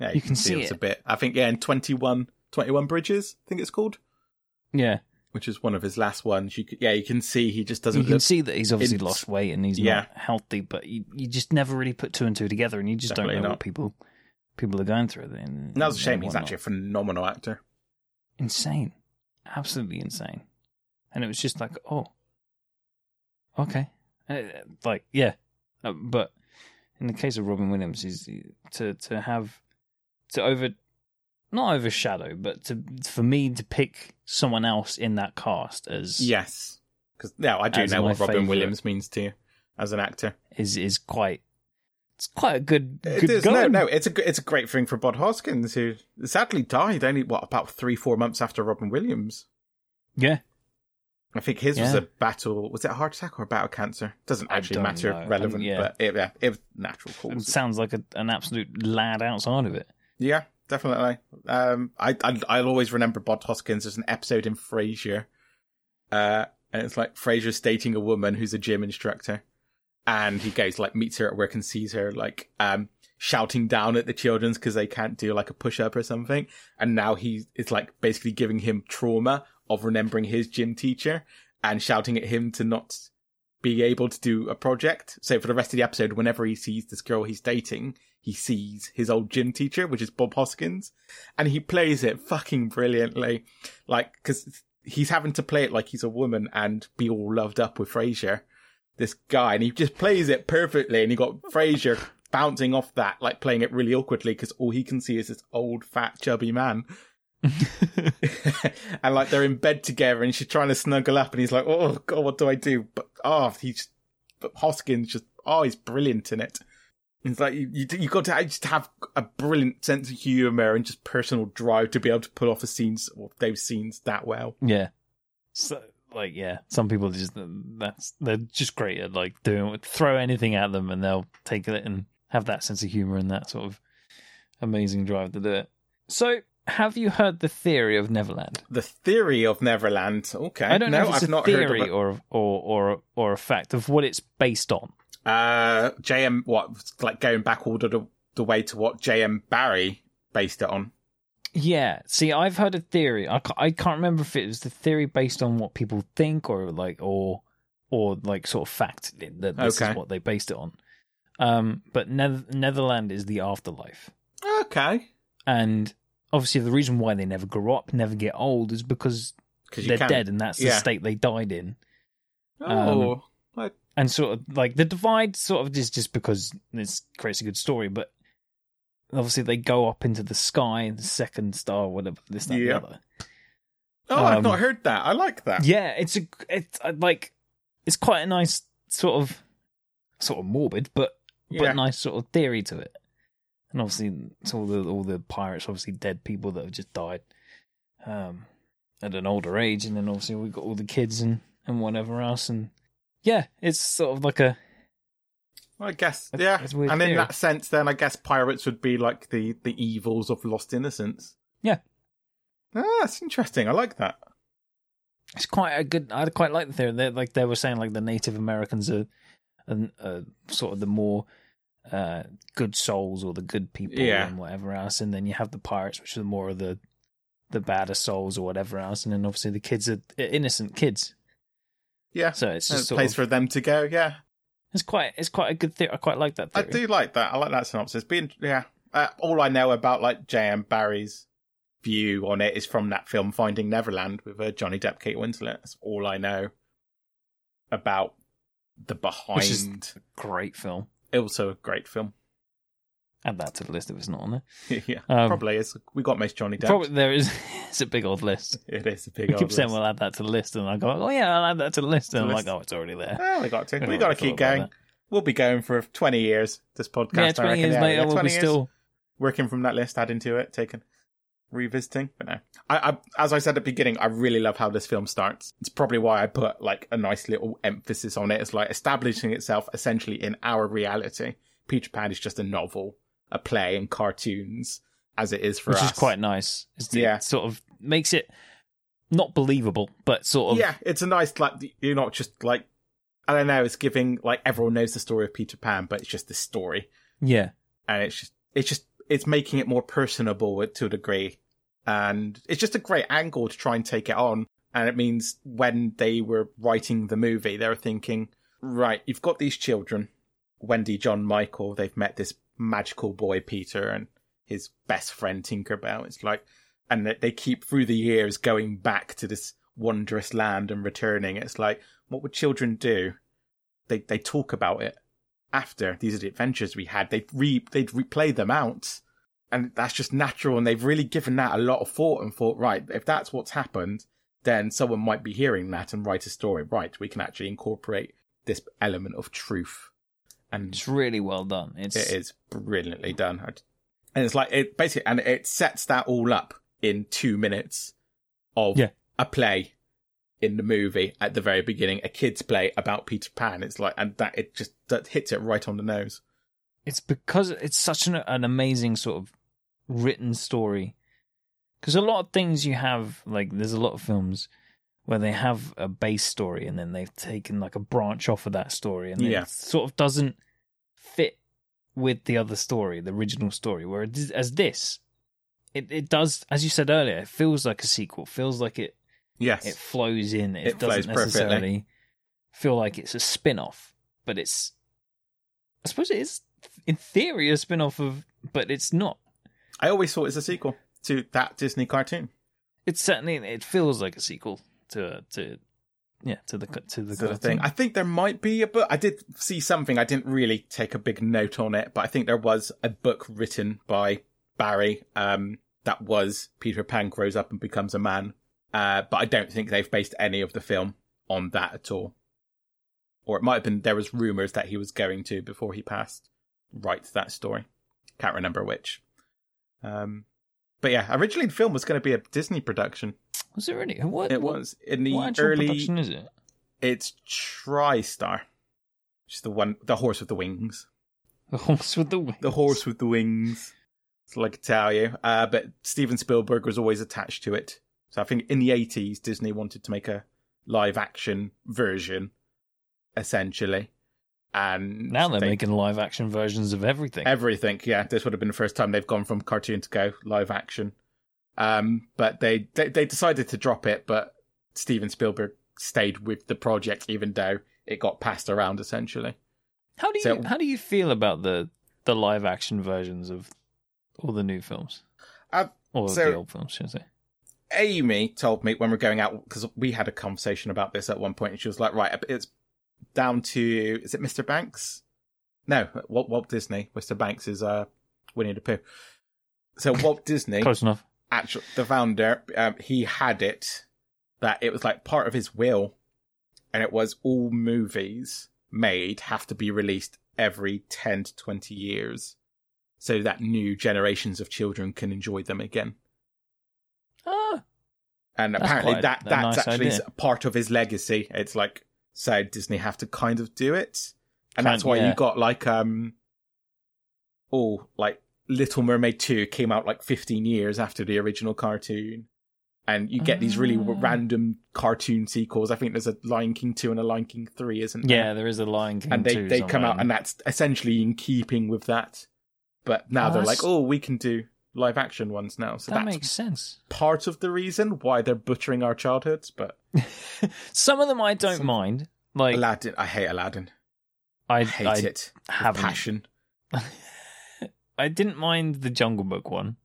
Speaker 1: Yeah,
Speaker 2: you can see
Speaker 1: it's
Speaker 2: it.
Speaker 1: a bit. I think, yeah, in 21, 21 Bridges, I think it's called,
Speaker 2: Yeah,
Speaker 1: which is one of his last ones. You could, yeah, you can see he just
Speaker 2: you
Speaker 1: doesn't
Speaker 2: can
Speaker 1: look.
Speaker 2: see that he's obviously
Speaker 1: it's-
Speaker 2: lost weight and he's
Speaker 1: Yeah.
Speaker 2: not healthy, but you, you just never really put two and two together, and you just
Speaker 1: Definitely
Speaker 2: don't know
Speaker 1: not.
Speaker 2: what people people are going through. And,
Speaker 1: And that's a
Speaker 2: and
Speaker 1: shame. He's
Speaker 2: whatnot.
Speaker 1: actually a phenomenal actor.
Speaker 2: insane, absolutely insane, and it was just like, oh, okay, Uh, like yeah, Uh, but in the case of Robin Williams, is to to have to over not overshadow, but to for me to pick someone else in that cast as
Speaker 1: Yes. Because now I do
Speaker 2: As
Speaker 1: know
Speaker 2: my
Speaker 1: what Robin
Speaker 2: favourite.
Speaker 1: Williams means to you as an actor.
Speaker 2: is is quite it's quite a good
Speaker 1: It
Speaker 2: good
Speaker 1: is, no,
Speaker 2: going.
Speaker 1: no, it's a g- it's a great thing for Bod Hoskins, who sadly died only what about three four months after Robin Williams.
Speaker 2: yeah
Speaker 1: I think his was
Speaker 2: Yeah.
Speaker 1: a battle. Was it a heart attack or a battle cancer? Doesn't
Speaker 2: I
Speaker 1: actually
Speaker 2: don't
Speaker 1: matter.
Speaker 2: know. Um,
Speaker 1: Relevant,
Speaker 2: yeah.
Speaker 1: but it, yeah, it was natural
Speaker 2: it
Speaker 1: cause.
Speaker 2: sounds like a, an absolute lad outside of it
Speaker 1: Yeah, definitely. Um, I, I I'll always remember Bod Hoskins as an episode in Frasier, uh, and it's like Frasier's dating a woman who's a gym instructor, and he goes like meets her at work and sees her like um shouting down at the children's because they can't do like a push up or something, and now he it's like basically giving him trauma of remembering his gym teacher and shouting at him to not be able to do a project. So for the rest of the episode, whenever he sees this girl he's dating, he sees his old gym teacher, which is Bob Hoskins, and he plays it fucking brilliantly. Like, cause he's having to play it like he's a woman and be all loved up with Frasier, this guy, and he just plays it perfectly. And you got Frasier bouncing off that, like playing it really awkwardly, cause all he can see is this old fat chubby man. and like they're in bed together and she's trying to snuggle up and he's like, Oh god, what do I do? But oh he's but Hoskins just oh he's brilliant in it. It's like you you you got to just have a brilliant sense of humour and just personal drive to be able to pull off a scenes or those scenes that well.
Speaker 2: yeah so like yeah some people just that's they're just great at like doing throw anything at them and they'll take it and have that sense of humor and that sort of amazing drive to do it so have you heard the theory of neverland
Speaker 1: The theory of Neverland. Okay.
Speaker 2: i don't
Speaker 1: Uh, no,
Speaker 2: know if it's
Speaker 1: I've
Speaker 2: a
Speaker 1: not
Speaker 2: theory
Speaker 1: heard of it.
Speaker 2: or, or or or a fact of what it's based on
Speaker 1: Uh JM what like going back all the the way to what JM Barry based it on.
Speaker 2: Yeah. See, I've heard a theory. I can't, I can't remember if it was the theory based on what people think or like or or like sort of fact that this
Speaker 1: Okay.
Speaker 2: is what they based it on. Um, but Neth- Netherland is the afterlife,
Speaker 1: Okay.
Speaker 2: and obviously the reason why they never grow up, never get old, is because
Speaker 1: Because
Speaker 2: they're dead, Um, and that's the
Speaker 1: yeah.
Speaker 2: state they died in.
Speaker 1: Oh, I
Speaker 2: And sort of like the divide, sort of is just because this creates a good story, but obviously they go up into the sky, and the second star, whatever this, that, and
Speaker 1: Yeah.
Speaker 2: the other.
Speaker 1: Oh, I've
Speaker 2: Um,
Speaker 1: not heard that. I like that.
Speaker 2: yeah it's a it's uh, like it's quite a nice sort of sort of morbid but
Speaker 1: Yeah.
Speaker 2: but nice sort of theory to it and obviously it's all the all the pirates obviously dead people that have just died um at an older age and then obviously we've got all the kids and and whatever else and yeah it's sort of like a
Speaker 1: I guess,
Speaker 2: That's-
Speaker 1: yeah.
Speaker 2: that's a
Speaker 1: and
Speaker 2: weird
Speaker 1: in
Speaker 2: theory.
Speaker 1: that sense, then I guess pirates would be like the the evils of lost innocence.
Speaker 2: Yeah.
Speaker 1: Ah, that's interesting. I like that.
Speaker 2: it's quite a good i quite like the theory they like they were saying like the native americans are and uh, sort of the more uh good souls or the good people
Speaker 1: Yeah.
Speaker 2: and whatever else and then you have the pirates which are more of the the badder souls or whatever else and then obviously the kids are innocent kids
Speaker 1: Yeah,
Speaker 2: so it's
Speaker 1: And
Speaker 2: just
Speaker 1: it's a
Speaker 2: sort
Speaker 1: place
Speaker 2: of,
Speaker 1: for them to go. Yeah,
Speaker 2: it's quite it's quite a good theory i quite like that
Speaker 1: I
Speaker 2: theory
Speaker 1: do like that. I like that synopsis. Being yeah, uh, all I know about like J.M. Barry's view on it is from that film Finding Neverland with uh, Johnny Depp, Kate Winslet. That's all I know about the behind.
Speaker 2: Which is- great film
Speaker 1: Also, a great film.
Speaker 2: add that to the list if it's not on there
Speaker 1: yeah,
Speaker 2: Um,
Speaker 1: probably is. We got most Johnny Depp.
Speaker 2: probably there is it's a big old list
Speaker 1: It is a big.
Speaker 2: we
Speaker 1: old
Speaker 2: keep saying
Speaker 1: list.
Speaker 2: we'll add that to the list and i go oh yeah i'll add that to the list and
Speaker 1: To
Speaker 2: i'm
Speaker 1: the
Speaker 2: like
Speaker 1: list.
Speaker 2: oh it's already there
Speaker 1: Well, we got to.
Speaker 2: don't
Speaker 1: We
Speaker 2: know
Speaker 1: got to
Speaker 2: what I
Speaker 1: keep
Speaker 2: thought about
Speaker 1: going. We'll be going for 20 years. This podcast.
Speaker 2: yeah,
Speaker 1: I
Speaker 2: 20
Speaker 1: reckon.
Speaker 2: years
Speaker 1: Yeah,
Speaker 2: later,
Speaker 1: yeah,
Speaker 2: we'll
Speaker 1: 20
Speaker 2: be
Speaker 1: years
Speaker 2: still.
Speaker 1: working from that list, adding to it, taking, revisiting. But no, I, I as I said at the beginning, I really love how this film starts. It's probably why I put like a nice little emphasis on it. It's like establishing itself essentially in our reality. Peter Pan is just a novel, a play, and cartoons as it is for
Speaker 2: which
Speaker 1: us.
Speaker 2: is quite nice. It's,
Speaker 1: Yeah.
Speaker 2: It sort of makes it not believable, but sort of
Speaker 1: yeah, it's a nice like you're not just like I don't know. It's giving like everyone knows the story of Peter Pan, but it's just this story,
Speaker 2: yeah.
Speaker 1: and it's just it's just it's making it more personable to a degree, and it's just a great angle to try and take it on. And it means when they were writing the movie, they were thinking, right, you've got these children, Wendy, John, Michael. They've met this magical boy Peter and his best friend Tinkerbell. It's like, and that they keep through the years going back to this wondrous land and returning. It's like, what would children do? They they talk about it after these are the adventures we had. They re they'd replay them out, and that's just natural. And they've really given that a lot of thought and thought. Right, if that's what's happened, then someone might be hearing that and write a story. Right, we can actually incorporate this element of truth, and
Speaker 2: It's really well done. It's
Speaker 1: it is brilliantly done. I- And it's like it basically, and it sets that all up in two minutes of
Speaker 2: Yeah.
Speaker 1: a play in the movie at the very beginning, a kid's play about Peter Pan. It's like, and that it just that hits it right on the nose.
Speaker 2: it's because it's such an an amazing sort of written story. Because a lot of things you have, like there's a lot of films where they have a base story and then they've taken like a branch off of that story and
Speaker 1: Yeah.
Speaker 2: it sort of doesn't fit with the other story, the original story. Where it is- as this, it it does, as you said earlier, it feels like a sequel. Feels like it
Speaker 1: Yes,
Speaker 2: it flows in. It,
Speaker 1: It flows
Speaker 2: doesn't
Speaker 1: perfectly.
Speaker 2: necessarily feel like it's a spin off, but it's. I suppose it is, in theory, a spin off of, but it's not.
Speaker 1: I always thought it's a sequel to that Disney cartoon.
Speaker 2: It's certainly it feels like a sequel to to yeah to the to the
Speaker 1: sort of
Speaker 2: cartoon.
Speaker 1: thing. I think there might be a book. I did see something. I didn't really take a big note on it, but I think there was a book written by Barry um, that was Peter Pan grows up and becomes a man. Uh, but I don't think they've based any of the film on that at all. Or it might have been there was rumours that he was going to before he passed write that story. Can't remember which. Um, but yeah, originally the film was going to be a Disney production.
Speaker 2: Was it really? What
Speaker 1: It
Speaker 2: what-
Speaker 1: was
Speaker 2: What
Speaker 1: in the
Speaker 2: actual
Speaker 1: early
Speaker 2: production is it?
Speaker 1: it's TriStar. Just the one, the horse with the wings.
Speaker 2: The horse with the wings.
Speaker 1: The horse with the wings. It's like I tell you. Uh, but Steven Spielberg was always attached to it. So I think in the 80s, Disney wanted to make a live action version, essentially. And
Speaker 2: Now they're
Speaker 1: they-
Speaker 2: making live action versions of everything.
Speaker 1: everything. Yeah, this would have been the first time they've gone from cartoon to go live action. Um, but they, they they decided to drop it, but Steven Spielberg stayed with the project even though it got passed around essentially.
Speaker 2: how do you
Speaker 1: so-
Speaker 2: how do you feel about the the live action versions of all the new films?
Speaker 1: Uh,
Speaker 2: or
Speaker 1: so-
Speaker 2: the old films, should I say?
Speaker 1: Amy told me when we are going out because we had a conversation about this at one point, and she was like, "Right, uh, it's down to is it Mr. Banks? No, Walt, Walt Disney. Mr. Banks is uh Winnie the Pooh. So Walt Disney,
Speaker 2: Close enough.
Speaker 1: actual the founder, um, he had it that it was like part of his will, and it was all movies made have to be released every ten to twenty years, so that new generations of children can enjoy them again.
Speaker 2: Ah,
Speaker 1: and
Speaker 2: That's
Speaker 1: apparently
Speaker 2: quite
Speaker 1: that
Speaker 2: a
Speaker 1: that's
Speaker 2: nice
Speaker 1: actually
Speaker 2: idea.
Speaker 1: s- part of his legacy. It's like so Disney have to kind of do it, and
Speaker 2: Kind-
Speaker 1: that's why
Speaker 2: yeah.
Speaker 1: you got like um, oh like Little Mermaid two came out like fifteen years after the original cartoon, and you get these really
Speaker 2: Ah.
Speaker 1: random cartoon sequels. I think there's a Lion King two and a Lion King three, isn't there?
Speaker 2: yeah, there is a Lion King.
Speaker 1: and they
Speaker 2: 2
Speaker 1: they come
Speaker 2: somewhere.
Speaker 1: out, and that's essentially in keeping with that. But now
Speaker 2: Oh,
Speaker 1: they're
Speaker 2: that's-
Speaker 1: like, oh, we can do live action ones now, so
Speaker 2: that
Speaker 1: that's
Speaker 2: makes sense.
Speaker 1: part of the reason why they're butchering our childhoods, but
Speaker 2: Some of them I don't
Speaker 1: Some-
Speaker 2: mind. Like
Speaker 1: Aladdin, I hate Aladdin.
Speaker 2: I,
Speaker 1: I hate
Speaker 2: I
Speaker 1: it. with
Speaker 2: haven't.
Speaker 1: Passion.
Speaker 2: I didn't mind the Jungle Book one.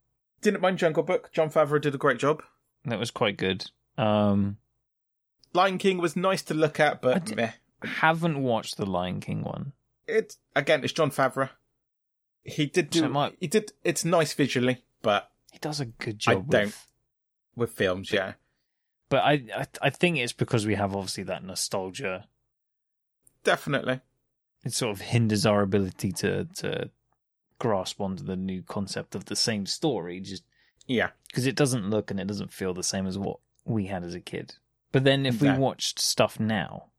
Speaker 1: Didn't mind Jungle Book. John Favreau did a great job.
Speaker 2: That was quite good. Um,
Speaker 1: Lion King was nice to look at,
Speaker 2: I
Speaker 1: but
Speaker 2: did-
Speaker 1: meh.
Speaker 2: haven't watched the Lion King one.
Speaker 1: It again, it's John Favreau. He did
Speaker 2: So
Speaker 1: do.
Speaker 2: it might-
Speaker 1: He did. It's nice visually, but
Speaker 2: He does a good
Speaker 1: I
Speaker 2: job. with-
Speaker 1: don't. with films, yeah,
Speaker 2: But I, I, I think it's because we have obviously that nostalgia.
Speaker 1: definitely.
Speaker 2: It sort of hinders our ability to to grasp onto the new concept of the same story. Just
Speaker 1: Yeah,
Speaker 2: because it doesn't look and it doesn't feel the same as what we had as a kid. But then if we
Speaker 1: No.
Speaker 2: watched stuff now,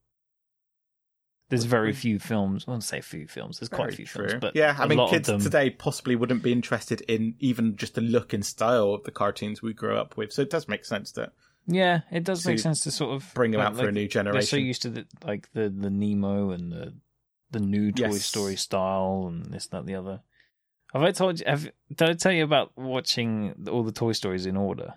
Speaker 2: there's
Speaker 1: We-
Speaker 2: very
Speaker 1: we-
Speaker 2: few films. I won't say few films. There's quite a
Speaker 1: Very
Speaker 2: few
Speaker 1: true.
Speaker 2: films, but
Speaker 1: yeah, I
Speaker 2: a
Speaker 1: mean,
Speaker 2: lot
Speaker 1: kids
Speaker 2: of them,
Speaker 1: today possibly wouldn't be interested in even just the look and style of the cartoons we grew up with. So it does make sense that
Speaker 2: Yeah, it does
Speaker 1: So
Speaker 2: make
Speaker 1: you
Speaker 2: sense to sort of
Speaker 1: Bring them
Speaker 2: like-
Speaker 1: out for a
Speaker 2: like,
Speaker 1: new
Speaker 2: They're so
Speaker 1: generation.
Speaker 2: used to the like the the Nemo and the the new Toy
Speaker 1: Yes.
Speaker 2: Story style and this that the other. Have I told you? Have did I tell you about watching all the Toy Stories in order?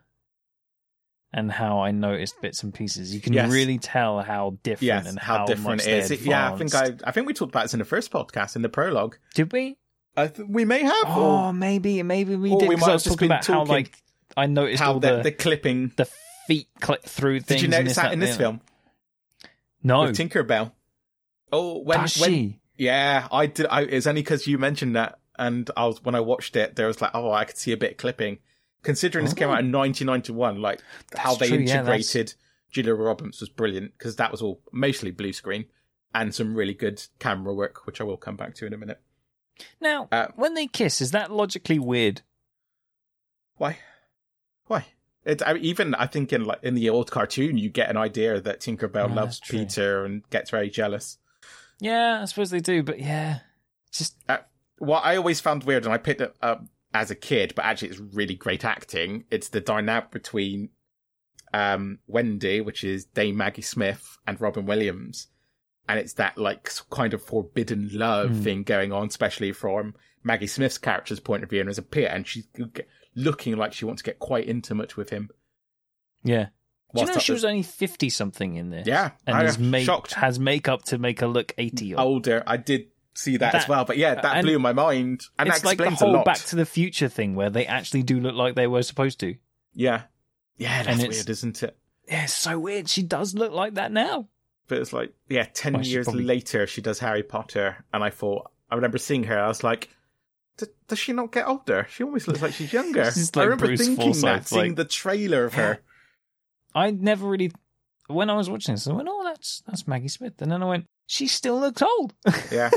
Speaker 2: And how I noticed bits and pieces. You can
Speaker 1: Yes.
Speaker 2: really tell how different
Speaker 1: yes,
Speaker 2: and
Speaker 1: how, different
Speaker 2: much
Speaker 1: it is.
Speaker 2: they
Speaker 1: It- Yeah, I think I,
Speaker 2: advanced.
Speaker 1: I think we talked about this in the first podcast in the prologue.
Speaker 2: did. We
Speaker 1: I th- we may have
Speaker 2: oh maybe maybe we
Speaker 1: or
Speaker 2: did
Speaker 1: Oh, we
Speaker 2: because
Speaker 1: might
Speaker 2: I
Speaker 1: have
Speaker 2: was
Speaker 1: just
Speaker 2: talking
Speaker 1: been
Speaker 2: about how
Speaker 1: talking-
Speaker 2: like I
Speaker 1: or
Speaker 2: noticed
Speaker 1: how
Speaker 2: all
Speaker 1: the,
Speaker 2: the
Speaker 1: the, clipping.
Speaker 2: the feet clip through things.
Speaker 1: Did you
Speaker 2: and this,
Speaker 1: notice that in
Speaker 2: the
Speaker 1: this
Speaker 2: other.
Speaker 1: film
Speaker 2: No,
Speaker 1: with Tinkerbell? Oh, when
Speaker 2: does
Speaker 1: when
Speaker 2: she?
Speaker 1: Yeah, I did. I, it's only because you mentioned that, and I was when I watched it, there was like, oh, I could see a bit of clipping. Considering this came out in 1991, like how
Speaker 2: Oh. That's
Speaker 1: they
Speaker 2: true, yeah, that's-
Speaker 1: integrated Julia Roberts was brilliant because that was all mostly blue screen and some really good camera work, which I will come back to in a minute.
Speaker 2: Now,
Speaker 1: Uh,
Speaker 2: when they kiss, is that logically weird?
Speaker 1: Why? Why? It, I, even I think in like in the old cartoon, you get an idea that Tinkerbell
Speaker 2: No,
Speaker 1: loves
Speaker 2: Ah, that's true.
Speaker 1: Peter and gets very jealous.
Speaker 2: Yeah, I suppose they do, but yeah, just
Speaker 1: what I always found weird, and I picked it up as a kid, but actually it's really great acting. It's the dynamic between um, Wendy, which is Dame Maggie Smith, and Robin Williams, and it's that like s- kind of forbidden love
Speaker 2: Mm.
Speaker 1: thing going on, especially from Maggie Smith's character's point of view and as a peer, and she's g- looking like she wants to get quite intimate with him.
Speaker 2: yeah. Do you
Speaker 1: Whilst
Speaker 2: know
Speaker 1: that
Speaker 2: she
Speaker 1: was-
Speaker 2: was only fifty something in this?
Speaker 1: Yeah,
Speaker 2: and
Speaker 1: I
Speaker 2: is
Speaker 1: am
Speaker 2: make,
Speaker 1: shocked.
Speaker 2: has makeup to make her look eighty. Old.
Speaker 1: older? I did see that, as
Speaker 2: That-
Speaker 1: well, but yeah, that
Speaker 2: and
Speaker 1: blew my mind, and
Speaker 2: it's
Speaker 1: that
Speaker 2: like the
Speaker 1: explains a
Speaker 2: whole
Speaker 1: lot.
Speaker 2: Back to the Future thing where they actually do look like they were supposed to.
Speaker 1: yeah, yeah, that's
Speaker 2: And it's-
Speaker 1: weird, isn't it?
Speaker 2: Yeah, it's so weird. She does look like that now.
Speaker 1: but it's like yeah 10
Speaker 2: Well, she
Speaker 1: years
Speaker 2: probably-
Speaker 1: later she does harry potter and i thought i remember seeing her i was like "D- does she not get older she almost looks like she's younger
Speaker 2: She's
Speaker 1: i
Speaker 2: like
Speaker 1: remember
Speaker 2: Bruce
Speaker 1: thinking that
Speaker 2: Forsyth,
Speaker 1: seeing
Speaker 2: like-
Speaker 1: the trailer of her
Speaker 2: I never really. When I was watching this, I went, "Oh, that's that's Maggie Smith," and then I went, "She still looks old."
Speaker 1: yeah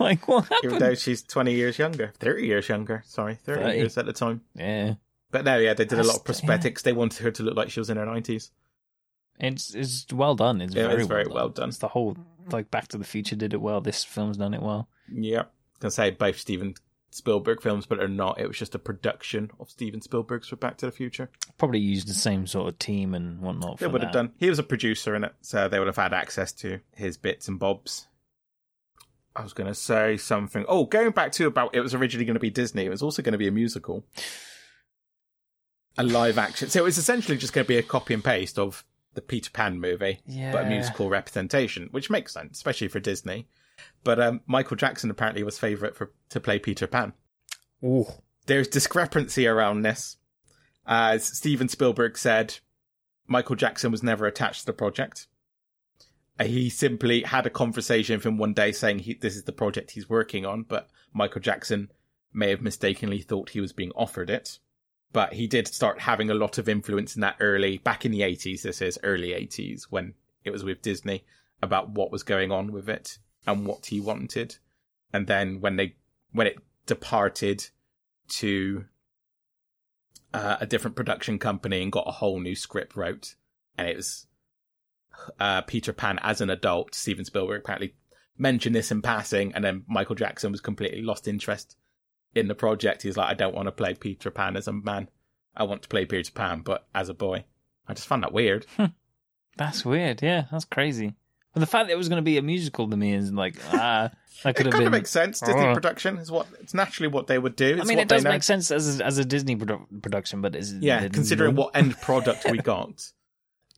Speaker 2: like what
Speaker 1: even
Speaker 2: happened?
Speaker 1: though she's 20 years younger 30 years younger sorry 30,
Speaker 2: 30.
Speaker 1: years at the time
Speaker 2: yeah.
Speaker 1: but no yeah they did a lot of
Speaker 2: That's-
Speaker 1: prosthetics they wanted her to look like she was in her 90s
Speaker 2: It's it's well done. It's
Speaker 1: Yeah,
Speaker 2: very,
Speaker 1: it's very
Speaker 2: well,
Speaker 1: well
Speaker 2: done.
Speaker 1: done.
Speaker 2: It's the whole like Back to the Future did it well. This film's done it well.
Speaker 1: yeah can say both steven spielberg films but they're not it was just a production of steven spielberg's for back to the future
Speaker 2: Probably used the same sort of team and whatnot.
Speaker 1: They
Speaker 2: for
Speaker 1: would have
Speaker 2: that.
Speaker 1: done. He was a producer in it, so they would have had access to his bits and bobs. I was going to say something. Oh, going back to about it was originally going to be Disney. It was also going to be a musical, a live action. So it was essentially just going to be a copy and paste of the Peter Pan movie,
Speaker 2: Yeah.
Speaker 1: but a musical representation, which makes sense, especially for Disney. But um, Michael Jackson apparently was favourite for to play Peter Pan
Speaker 2: Ooh.
Speaker 1: there's discrepancy around this. As Steven Spielberg said, Michael Jackson was never attached to the project. Uh, He simply had a conversation with him one day saying he, this is the project he's working on, but Michael Jackson may have mistakenly thought he was being offered it. But he did start having a lot of influence in that early, back in the 80s, this is early 80s, when it was with Disney, about what was going on with it and what he wanted. And then when they, when it departed, to uh, a different production company and got a whole new script wrote, and it was uh, Peter Pan as an adult. Steven Spielberg apparently mentioned this in passing, and then Michael Jackson was completely lost interest in the project. He's like, I don't want to play Peter Pan as a man. I want to play Peter Pan, but as a boy. I just found that weird.
Speaker 2: That's weird. Yeah, that's crazy. But the fact that it was going to be a musical to me is like ah, that could
Speaker 1: it
Speaker 2: have
Speaker 1: kind
Speaker 2: been.
Speaker 1: of makes sense. Disney
Speaker 2: Oh.
Speaker 1: production is what it's naturally what they would do. It's
Speaker 2: I mean,
Speaker 1: what
Speaker 2: it does
Speaker 1: they know.
Speaker 2: make sense as a, as a Disney produ- production, but is
Speaker 1: Yeah, considering what end product we got.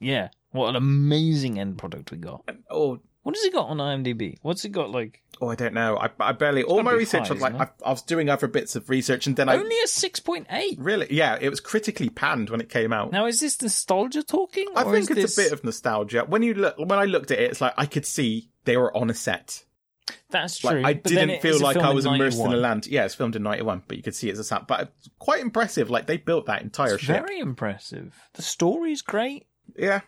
Speaker 2: yeah, what an amazing end product we got.
Speaker 1: And- Oh,
Speaker 2: What has it got on IMDb? What's it got like?
Speaker 1: Oh, I don't know. I, I barely. all
Speaker 2: gotta
Speaker 1: my
Speaker 2: be
Speaker 1: research
Speaker 2: high,
Speaker 1: was like
Speaker 2: isn't
Speaker 1: I,
Speaker 2: it?
Speaker 1: I was doing other bits of research, and then I
Speaker 2: Only a six point eight.
Speaker 1: really, yeah, it was critically panned when it came out.
Speaker 2: Now is this nostalgia talking?
Speaker 1: I
Speaker 2: or is
Speaker 1: think it's
Speaker 2: this...
Speaker 1: a bit of nostalgia. When you look, when I looked at it, it's like I could see they were on a set.
Speaker 2: That's true.
Speaker 1: Like I
Speaker 2: but then
Speaker 1: didn't
Speaker 2: it
Speaker 1: feel
Speaker 2: is a
Speaker 1: like
Speaker 2: film
Speaker 1: I
Speaker 2: in
Speaker 1: was immersed in a
Speaker 2: 91.
Speaker 1: land. Yeah, it's filmed in '91, but you could see it's a set. But it's quite impressive. Like they built that entire
Speaker 2: It's
Speaker 1: ship.
Speaker 2: very impressive. The story's great.
Speaker 1: Yeah,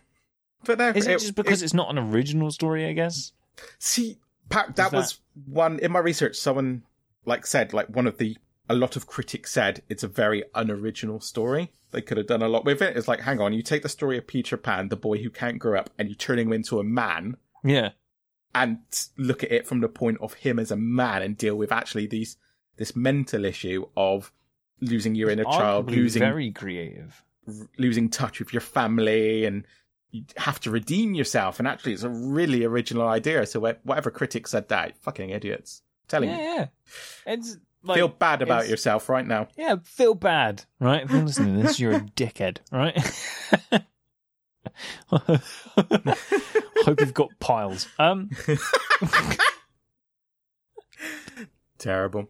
Speaker 1: but no,
Speaker 2: Is it, just because it's not an original story? I guess.
Speaker 1: See, pa- that,
Speaker 2: that-
Speaker 1: was one in my research. Someone like said like one of the a lot of critics said it's a very unoriginal story. They could have done a lot with it. It's like, hang on, you take the story of Peter Pan, the boy who can't grow up, and you turn him into a man,
Speaker 2: Yeah.
Speaker 1: and look at it from the point of him as a man, and deal with actually these this mental issue of losing your inner child,
Speaker 2: Arguably
Speaker 1: losing
Speaker 2: very creative.
Speaker 1: r- losing touch with your family and you have to redeem yourself. And actually, it's a really original idea. So wh- whatever critic said that, fucking idiots. I'm telling
Speaker 2: yeah,
Speaker 1: you,
Speaker 2: yeah. It's like
Speaker 1: feel bad about
Speaker 2: it's-
Speaker 1: yourself right now.
Speaker 2: Yeah, feel bad, right? If you're listening to this, you're a dickhead, right? Hope you've got piles. Um,
Speaker 1: Terrible.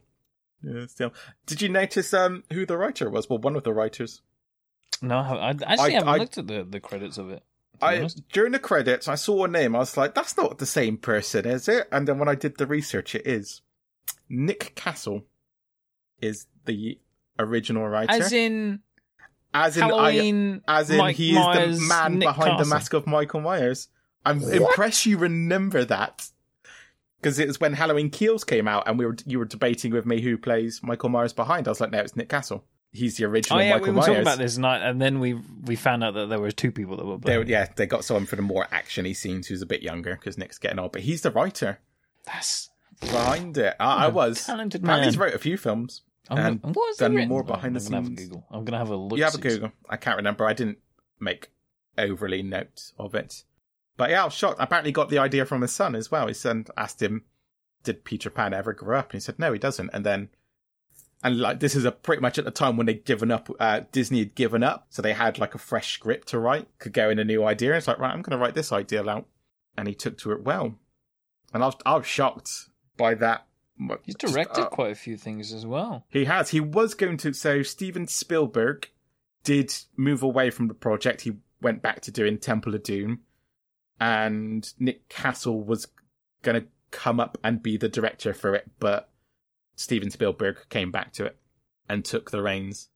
Speaker 1: Yeah, still. Did you notice um who the writer was? Well, one of the writers.
Speaker 2: no, I, haven't- I actually
Speaker 1: I-
Speaker 2: haven't
Speaker 1: I-
Speaker 2: looked at the, the credits of it. to be
Speaker 1: I
Speaker 2: honest.
Speaker 1: during the credits, I saw a name. I was like, "That's not the same person, is it?" And then when I did the research, it is Nick Castle is the original writer,
Speaker 2: as in
Speaker 1: as in, I,
Speaker 2: Halloween,
Speaker 1: as in
Speaker 2: Mike
Speaker 1: he
Speaker 2: Myers,
Speaker 1: is the man
Speaker 2: Nick
Speaker 1: behind
Speaker 2: Carson.
Speaker 1: the mask of Michael Myers. I'm
Speaker 2: What?
Speaker 1: impressed you remember that because it was when Halloween Kills came out, and we were you were debating with me who plays Michael Myers behind. I was like, "No, it's Nick Castle. He's the
Speaker 2: Oh
Speaker 1: original
Speaker 2: yeah,
Speaker 1: Michael
Speaker 2: we were
Speaker 1: Myers."
Speaker 2: talking about this night, and then we we found out that there were two people that were
Speaker 1: They,
Speaker 2: playing.
Speaker 1: yeah, they got someone for the more actiony scenes who's a bit younger because Nick's getting old, but he's the writer.
Speaker 2: That's
Speaker 1: behind it. I, I was.
Speaker 2: talented Oh,
Speaker 1: Apparently,
Speaker 2: man.
Speaker 1: he's wrote a few films.
Speaker 2: I'm gonna-
Speaker 1: and
Speaker 2: what was
Speaker 1: done
Speaker 2: it written?
Speaker 1: more behind
Speaker 2: I'm
Speaker 1: the
Speaker 2: gonna have a
Speaker 1: scenes.
Speaker 2: Google. I'm gonna have a look.
Speaker 1: You have a
Speaker 2: see.
Speaker 1: Google. I can't remember. I didn't make overly note of it. But yeah, I was shocked. Apparently, he got the idea from his son as well. His son asked him, "Did Peter Pan ever grow up?" And he said, "No, he doesn't." And then, and like this is a pretty much at the time when they'd given up. Uh, Disney had given up, so they had like a fresh script to write. Could go in a new idea. It's like, right, I'm going to write this idea out, and he took to it well. And I was, I was shocked by that.
Speaker 2: He's
Speaker 1: Just,
Speaker 2: directed
Speaker 1: uh,
Speaker 2: quite a few things as well.
Speaker 1: He has. He was going to. So Steven Spielberg did move away from the project. He went back to doing Temple of Doom, and Nick Castle was going to come up and be the director for it, but Steven Spielberg came back to it and took the reins.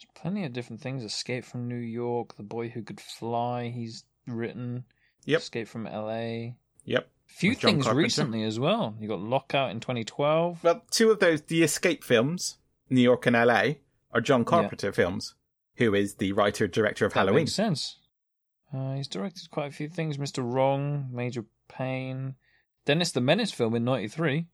Speaker 2: There's plenty of different things. Escape from New York, The Boy Who Could Fly. He's written.
Speaker 1: Yep.
Speaker 2: Escape from L.A.
Speaker 1: Yep.
Speaker 2: Few
Speaker 1: With John
Speaker 2: things
Speaker 1: Carpenter.
Speaker 2: recently as well. You got Lockout in 2012.
Speaker 1: Well, two of those, the escape films, New York and L.A., are John Carpenter films. Who is the writer director of
Speaker 2: That
Speaker 1: Halloween?
Speaker 2: makes sense. Uh, he's directed quite a few things. Mr. Wrong, Major Pain, Dennis the Menace film in '93.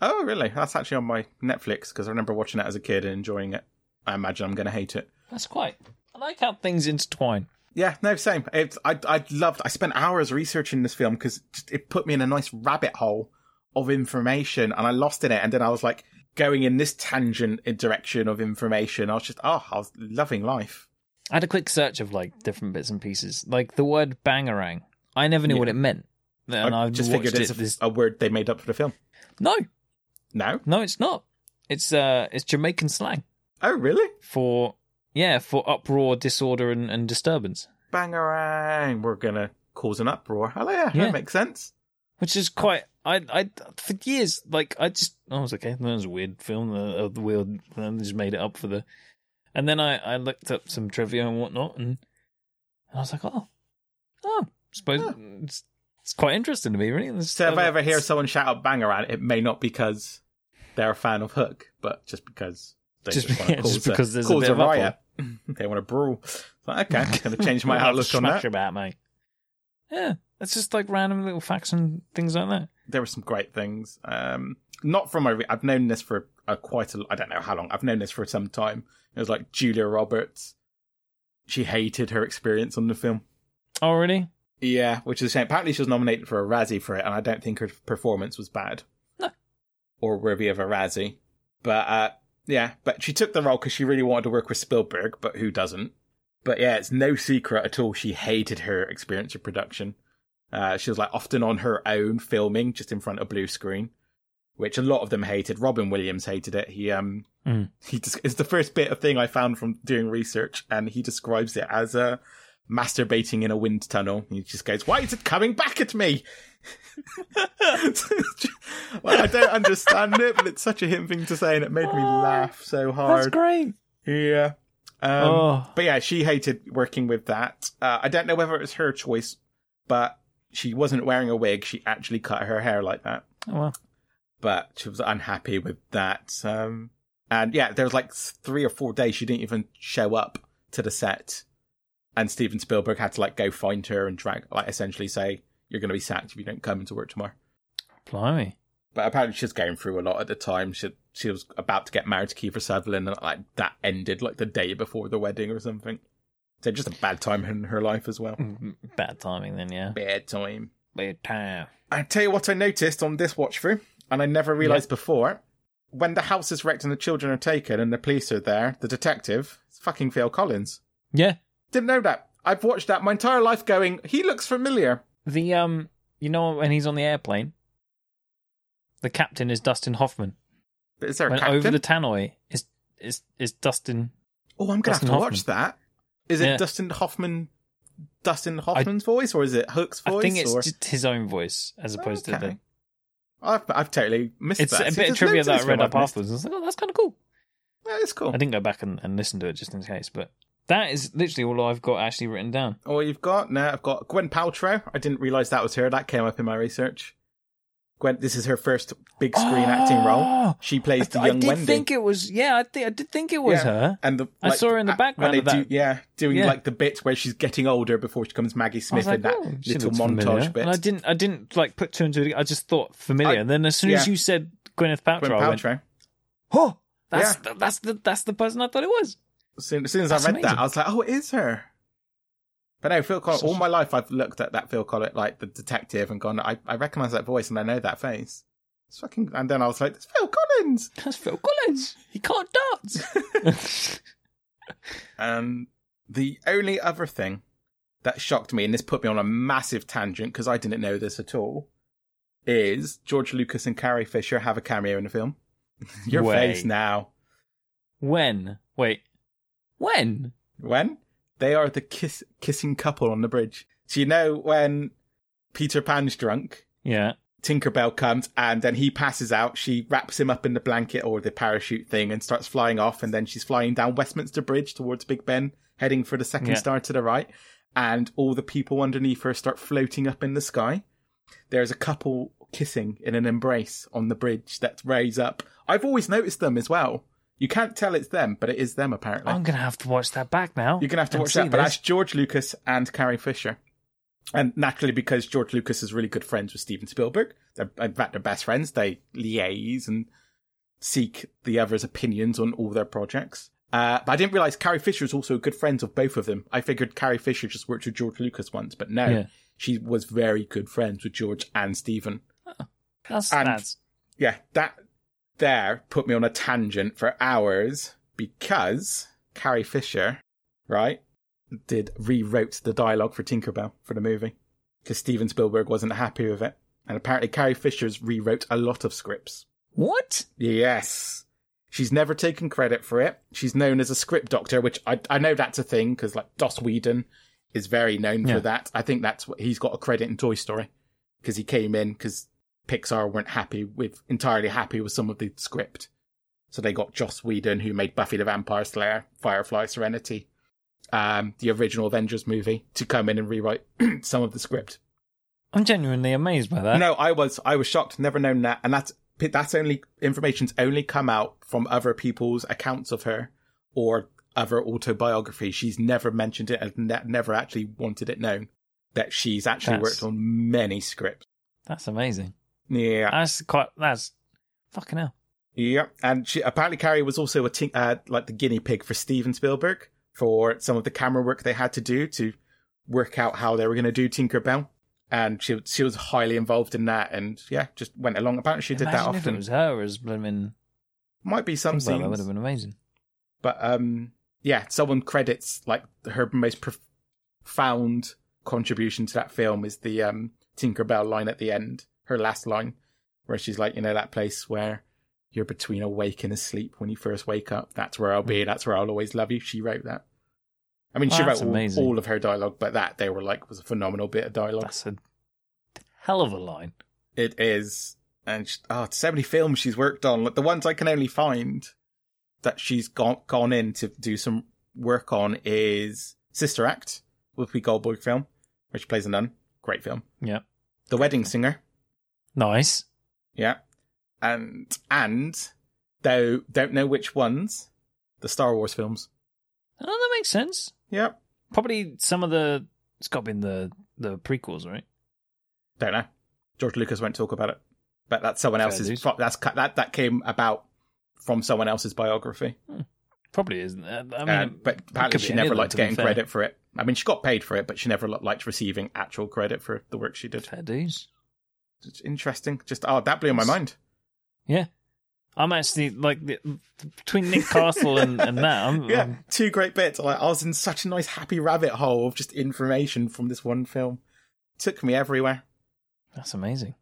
Speaker 1: Oh, really? That's actually on my Netflix because I remember watching that as a kid and enjoying it. I imagine I'm going to hate it.
Speaker 2: That's quite. I like how things intertwine.
Speaker 1: Yeah, no, same. It's I I loved. I spent hours researching this film because it put me in a nice rabbit hole of information, and I lost in it. And then I was like going in this tangent in direction of information. I was just oh, I was loving life.
Speaker 2: I had a quick search of like different bits and pieces, like the word bangarang. I never knew
Speaker 1: Yeah.
Speaker 2: what it meant, and
Speaker 1: I
Speaker 2: I've
Speaker 1: just
Speaker 2: watched
Speaker 1: figured it's
Speaker 2: it
Speaker 1: a,
Speaker 2: this.
Speaker 1: a word they made up for the film.
Speaker 2: No,
Speaker 1: No,
Speaker 2: no, it's not. It's uh, it's Jamaican slang
Speaker 1: oh really?
Speaker 2: for yeah for uproar, disorder, and, and disturbance,
Speaker 1: Bangarang, we're gonna cause an uproar. Oh yeah,
Speaker 2: Yeah.
Speaker 1: that makes sense.
Speaker 2: which is quite. I I for years like I just I was okay. That was a weird film. The, uh, the weird I just made it up for the, and then I I looked up some trivia and whatnot, and, I was like, oh, oh, suppose
Speaker 1: Huh.
Speaker 2: it's, it's quite interesting to me, really. It's- uh,
Speaker 1: So if I ever hear
Speaker 2: it's-
Speaker 1: someone shout out Bangarang, it may not because they're a fan of Hook, but just because they
Speaker 2: Just
Speaker 1: just,
Speaker 2: be-
Speaker 1: want to
Speaker 2: yeah,
Speaker 1: cause
Speaker 2: just because
Speaker 1: a,
Speaker 2: there's a
Speaker 1: cause
Speaker 2: bit
Speaker 1: a
Speaker 2: of uproar.
Speaker 1: riot. they want to brawl. It's like, okay, I'm going to change my
Speaker 2: We'll have to
Speaker 1: outlook on
Speaker 2: smash
Speaker 1: that.
Speaker 2: about, mate. Yeah, it's just like random little facts and things like that.
Speaker 1: There were some great things. Um, not from my. Re- I've known this for a, quite a. I don't know how long. I've known this for some time. It was like Julia Roberts. She hated her experience on the film.
Speaker 2: Oh, really?
Speaker 1: Yeah, which is a shame. Apparently, she was nominated for a Razzie for it, and I don't think her performance was bad.
Speaker 2: No.
Speaker 1: Or worthy of a Razzie. But, uh, yeah, but she took the role because she really wanted to work with Spielberg, but who doesn't? But yeah, it's no secret at all. She hated her experience of production. Uh, she was like often on her own filming, just in front of blue screen, which a lot of them hated. Robin Williams hated it. He, um,
Speaker 2: Mm.
Speaker 1: he just, it's the first bit of thing I found from doing research, and he describes it as, uh, masturbating in a wind tunnel. He just goes, "Why is it coming back at me?" well, I don't understand it, but it's such a him thing to say, and it made me laugh so
Speaker 2: That's
Speaker 1: hard.
Speaker 2: great.
Speaker 1: Yeah. Um,
Speaker 2: oh,
Speaker 1: But yeah, she hated working with that. Uh, I don't know whether it was her choice, but she wasn't wearing a wig. She actually cut her hair like that
Speaker 2: oh well.
Speaker 1: but she was unhappy with that. Um, and yeah, there was like three or four days she didn't even show up to the set, and Steven Spielberg had to like go find her and drag, like essentially say, "You're going to be sacked if you don't come into work tomorrow."
Speaker 2: Blimey.
Speaker 1: But apparently, she was going through a lot at the time. She she was about to get married to Kiefer Sutherland, and like that ended like the day before the wedding or something. So just a bad time in her life as well.
Speaker 2: Bad timing then, yeah.
Speaker 1: Bad time.
Speaker 2: Bad time.
Speaker 1: I tell you what I noticed on this watch through, and I never realised before. When the house is wrecked and the children are taken and the police are there, the detective, it's fucking Phil Collins.
Speaker 2: Yeah.
Speaker 1: Didn't know that. I've watched that my entire life going, he looks familiar.
Speaker 2: The um you know when he's on the airplane? The captain is Dustin Hoffman.
Speaker 1: But is there a
Speaker 2: When
Speaker 1: captain?
Speaker 2: over the tannoy is is is Dustin
Speaker 1: oh, I'm going to have
Speaker 2: Dustin
Speaker 1: to watch that. Is it
Speaker 2: Yeah.
Speaker 1: Dustin Hoffman, Dustin Hoffman's voice or is it Hook's voice?
Speaker 2: I think it's
Speaker 1: or...
Speaker 2: just his own voice as opposed to
Speaker 1: Okay.
Speaker 2: the
Speaker 1: I've, I've totally missed
Speaker 2: it's
Speaker 1: that.
Speaker 2: a
Speaker 1: See,
Speaker 2: bit of
Speaker 1: there's
Speaker 2: trivia
Speaker 1: loads
Speaker 2: that
Speaker 1: this
Speaker 2: I read
Speaker 1: film
Speaker 2: up
Speaker 1: I've missed.
Speaker 2: afterwards. I was like, oh, that's kind of cool.
Speaker 1: Yeah, it's cool.
Speaker 2: I didn't go back and, and listen to it just in case, but that is literally all I've got actually written down.
Speaker 1: Oh, you've got now. I've got Gwen Paltrow. I didn't realize that was her. That came up in my research. Gwen, this is her first big screen acting role.
Speaker 2: Oh!
Speaker 1: She plays the
Speaker 2: I
Speaker 1: young
Speaker 2: did
Speaker 1: Wendy.
Speaker 2: think it was. Yeah, I, thi- I did think it was
Speaker 1: Yeah.
Speaker 2: her.
Speaker 1: And the,
Speaker 2: I saw her in the
Speaker 1: a-
Speaker 2: background
Speaker 1: when
Speaker 2: of
Speaker 1: they
Speaker 2: that.
Speaker 1: Do, yeah, doing
Speaker 2: Yeah.
Speaker 1: like the bit where she's getting older before she becomes
Speaker 2: I
Speaker 1: Maggie
Speaker 2: was
Speaker 1: Smith
Speaker 2: like,
Speaker 1: in that
Speaker 2: "Oh, she
Speaker 1: little
Speaker 2: looks
Speaker 1: montage
Speaker 2: familiar."
Speaker 1: bit.
Speaker 2: And I didn't, I didn't like put two and two. together. I just thought familiar.
Speaker 1: I-
Speaker 2: and then as soon as
Speaker 1: yeah.
Speaker 2: you said Gwyneth Paltrow,
Speaker 1: Gwen
Speaker 2: I went,
Speaker 1: Paltrow.
Speaker 2: oh, that's the, that's the that's the person I thought it was.
Speaker 1: As soon, as soon as
Speaker 2: That's
Speaker 1: I read that,
Speaker 2: amazing.
Speaker 1: I was like, oh, it is her. But no, Phil Collins.
Speaker 2: So-
Speaker 1: All my life, I've looked at that Phil Collins, like the detective, and gone, I, I recognize that voice and I know that face. It's fucking. And then I was like, it's Phil Collins.
Speaker 2: That's Phil Collins. He can't dance.
Speaker 1: Um, the only other thing that shocked me, and this put me on a massive tangent because I didn't know this at all, is George Lucas and Carrie Fisher have a cameo in the film. Your
Speaker 2: Way.
Speaker 1: face now.
Speaker 2: when? Wait, when?
Speaker 1: When? They are the kiss kissing couple on the bridge. So you know when Peter Pan's drunk,
Speaker 2: Yeah,
Speaker 1: Tinkerbell comes and then he passes out, she wraps him up in the blanket or the parachute thing and starts flying off, and then she's flying down Westminster Bridge towards Big Ben, heading for the second
Speaker 2: Yeah.
Speaker 1: star to the right, and all the people underneath her start floating up in the sky. There's a couple kissing in an embrace on the bridge that raise up. I've always noticed them as well. You can't tell it's them, but it is them apparently.
Speaker 2: I'm gonna have to watch that back now.
Speaker 1: You're gonna have to
Speaker 2: and
Speaker 1: watch
Speaker 2: see
Speaker 1: that. But
Speaker 2: this.
Speaker 1: that's George Lucas and Carrie Fisher, and naturally because George Lucas is really good friends with Steven Spielberg. They're, in fact, they're best friends. They liaise and seek the other's opinions on all their projects. Uh, but I didn't realize Carrie Fisher is also good friends of both of them. I figured Carrie Fisher just worked with George Lucas once, but no,
Speaker 2: Yeah.
Speaker 1: she was very good friends with George and Steven
Speaker 2: that's,
Speaker 1: and-
Speaker 2: that's
Speaker 1: yeah, that there put me on a tangent for hours because Carrie Fisher, right, did rewrote the dialogue for Tinkerbell for the movie because Steven Spielberg wasn't happy with it. And apparently, Carrie Fisher's rewrote a lot of scripts.
Speaker 2: what?
Speaker 1: Yes. She's never taken credit for it. She's known as a script doctor, which I, I know that's a thing because, like, Dos Whedon is very known
Speaker 2: Yeah.
Speaker 1: for that. I think that's what he's got a credit in Toy Story because he came in because Pixar weren't happy with, entirely happy with some of the script. So they got Joss Whedon, who made Buffy the Vampire Slayer, Firefly, Serenity, um, the original Avengers movie, to come in and rewrite some of the script.
Speaker 2: I'm genuinely amazed by that.
Speaker 1: No, I was I was shocked. Never known that, and that's that's only information's only come out from other people's accounts of her or other autobiography. She's never mentioned it and ne- never actually wanted it known that she's actually
Speaker 2: That's-
Speaker 1: worked on many scripts.
Speaker 2: That's amazing.
Speaker 1: Yeah,
Speaker 2: That's quite. That's fucking hell.
Speaker 1: yeah, and she apparently Carrie was also a tin- uh, like the guinea pig for Steven Spielberg for some of the camera work they had to do to work out how they were going to do Tinkerbell. And she she was highly involved in that, and yeah, just went along. Apparently, she did
Speaker 2: Imagine
Speaker 1: that
Speaker 2: if
Speaker 1: often.
Speaker 2: it was her as blooming.
Speaker 1: Might be some
Speaker 2: Well, that would
Speaker 1: scenes,
Speaker 2: have been amazing.
Speaker 1: but um, yeah, someone credits like her most profound contribution to that film is the um Tinkerbell line at the end, her last line, where she's like, you know, that place where you're between awake and asleep when you first wake up. That's where I'll be. That's where I'll always love you. She wrote that. I mean,
Speaker 2: Wow,
Speaker 1: she
Speaker 2: Hmm. that's
Speaker 1: wrote all,
Speaker 2: amazing.
Speaker 1: all of her dialogue, but that they were like was a phenomenal bit of dialogue.
Speaker 2: That's a hell of a line.
Speaker 1: It is. And she, oh, so many films she's worked on. Like the ones I can only find that she's gone gone in to do some work on is Sister Act, Whoopi Goldberg film, where she plays a nun. Great film.
Speaker 2: Yeah.
Speaker 1: The Wedding Singer.
Speaker 2: Nice.
Speaker 1: Yeah. And and though don't know which ones, the Star Wars films.
Speaker 2: Oh, that makes sense.
Speaker 1: Yeah.
Speaker 2: Probably some of the. It's got to be in the, the prequels, right?
Speaker 1: Don't know. George Lucas won't talk about it. But that's someone
Speaker 2: Fair
Speaker 1: else's
Speaker 2: dues.
Speaker 1: that's that that came about from someone else's biography.
Speaker 2: Probably isn't. I mean,
Speaker 1: Um, but apparently
Speaker 2: could
Speaker 1: she
Speaker 2: be
Speaker 1: never
Speaker 2: anyone,
Speaker 1: liked
Speaker 2: to be
Speaker 1: getting
Speaker 2: fair.
Speaker 1: credit for it. I mean, she got paid for it, but she never li- liked receiving actual credit for the work she did.
Speaker 2: fair dues.
Speaker 1: It's interesting. Just oh, that blew my mind.
Speaker 2: I'm actually like the, between Nick Castle and, and that. I'm,
Speaker 1: Yeah,
Speaker 2: I'm-
Speaker 1: two great bits. Like I was in such a nice happy rabbit hole of just information from this one film. Took me everywhere.
Speaker 2: that's amazing.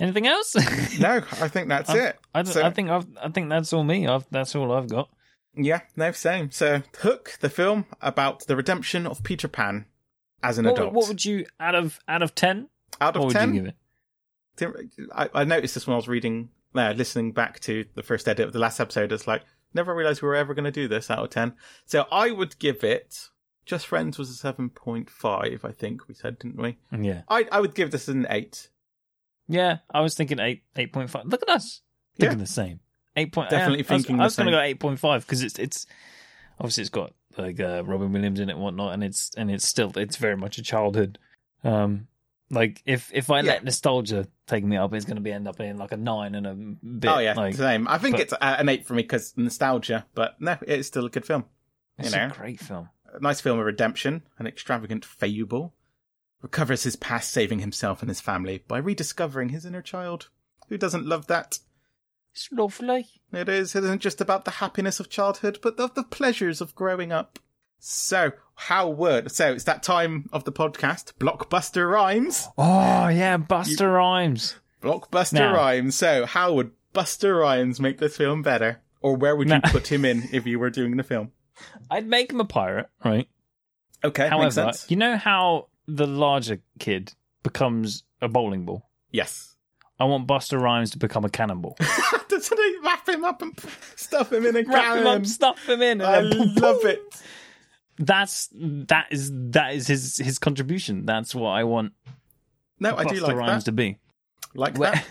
Speaker 2: Anything else?
Speaker 1: No, I think that's
Speaker 2: I'm-
Speaker 1: it.
Speaker 2: I, d-
Speaker 1: So-
Speaker 2: I think I've, I think that's all me. I've, that's all I've got.
Speaker 1: Yeah, no, same. So Hook, the film about the redemption of Peter Pan as an
Speaker 2: What,
Speaker 1: adult.
Speaker 2: what would you out of out of ten?
Speaker 1: Out
Speaker 2: What
Speaker 1: of
Speaker 2: would
Speaker 1: ten,
Speaker 2: you give it?
Speaker 1: didn't- I, I noticed this when I was reading, uh, listening back to the first edit of the last episode. It's like, never realized we were ever going to do this out of 10. So I would give it, Just Friends was a 7.5, I think we said, didn't we?
Speaker 2: Yeah,
Speaker 1: I, I would give this an 8.
Speaker 2: yeah. I was thinking eight eight point five. Look at us thinking
Speaker 1: Yeah.
Speaker 2: the same. Eight point.
Speaker 1: Definitely
Speaker 2: yeah, I was-
Speaker 1: thinking
Speaker 2: I
Speaker 1: the
Speaker 2: was, going to
Speaker 1: same.
Speaker 2: go eight point five because it's it's obviously it's got like uh, Robin Williams in it and whatnot, and it's and it's still it's very much a childhood. Um, like if if I
Speaker 1: Yeah.
Speaker 2: let nostalgia take me up, it's going to be end up in like a nine and a bit.
Speaker 1: oh, yeah,
Speaker 2: like,
Speaker 1: same. I think
Speaker 2: but-
Speaker 1: it's uh, an 8 for me because nostalgia, but no, it's still a good film.
Speaker 2: it's
Speaker 1: you know.
Speaker 2: a great film.
Speaker 1: A nice film of redemption, an extravagant fable. Recovers his past, saving himself and his family by rediscovering his inner child. Who doesn't love that?
Speaker 2: It's lovely.
Speaker 1: It is. It isn't just about the happiness of childhood, but of the pleasures of growing up. So, how would so it's that time of the podcast, blockbuster rhymes,
Speaker 2: Oh yeah, Buster Rhymes.
Speaker 1: blockbuster
Speaker 2: Now.
Speaker 1: rhymes. So, how would Buster Rhymes make this film better, or where would you
Speaker 2: Now.
Speaker 1: put him in if you were doing the film?
Speaker 2: I'd make him a pirate, right?
Speaker 1: Okay, makes
Speaker 2: However,
Speaker 1: sense.
Speaker 2: you know how the larger kid becomes a bowling ball?
Speaker 1: Yes,
Speaker 2: I want Buster Rhymes to become a cannonball.
Speaker 1: Does it wrap him up and stuff him in a
Speaker 2: Wrap him
Speaker 1: cannon?
Speaker 2: up, stuff him in. and
Speaker 1: I
Speaker 2: then boom,
Speaker 1: love
Speaker 2: boom.
Speaker 1: it.
Speaker 2: That's that is that is his his contribution. That's what I want
Speaker 1: No, I do
Speaker 2: Buster
Speaker 1: like
Speaker 2: Rhymes
Speaker 1: that.
Speaker 2: to be.
Speaker 1: Like that.
Speaker 2: Where,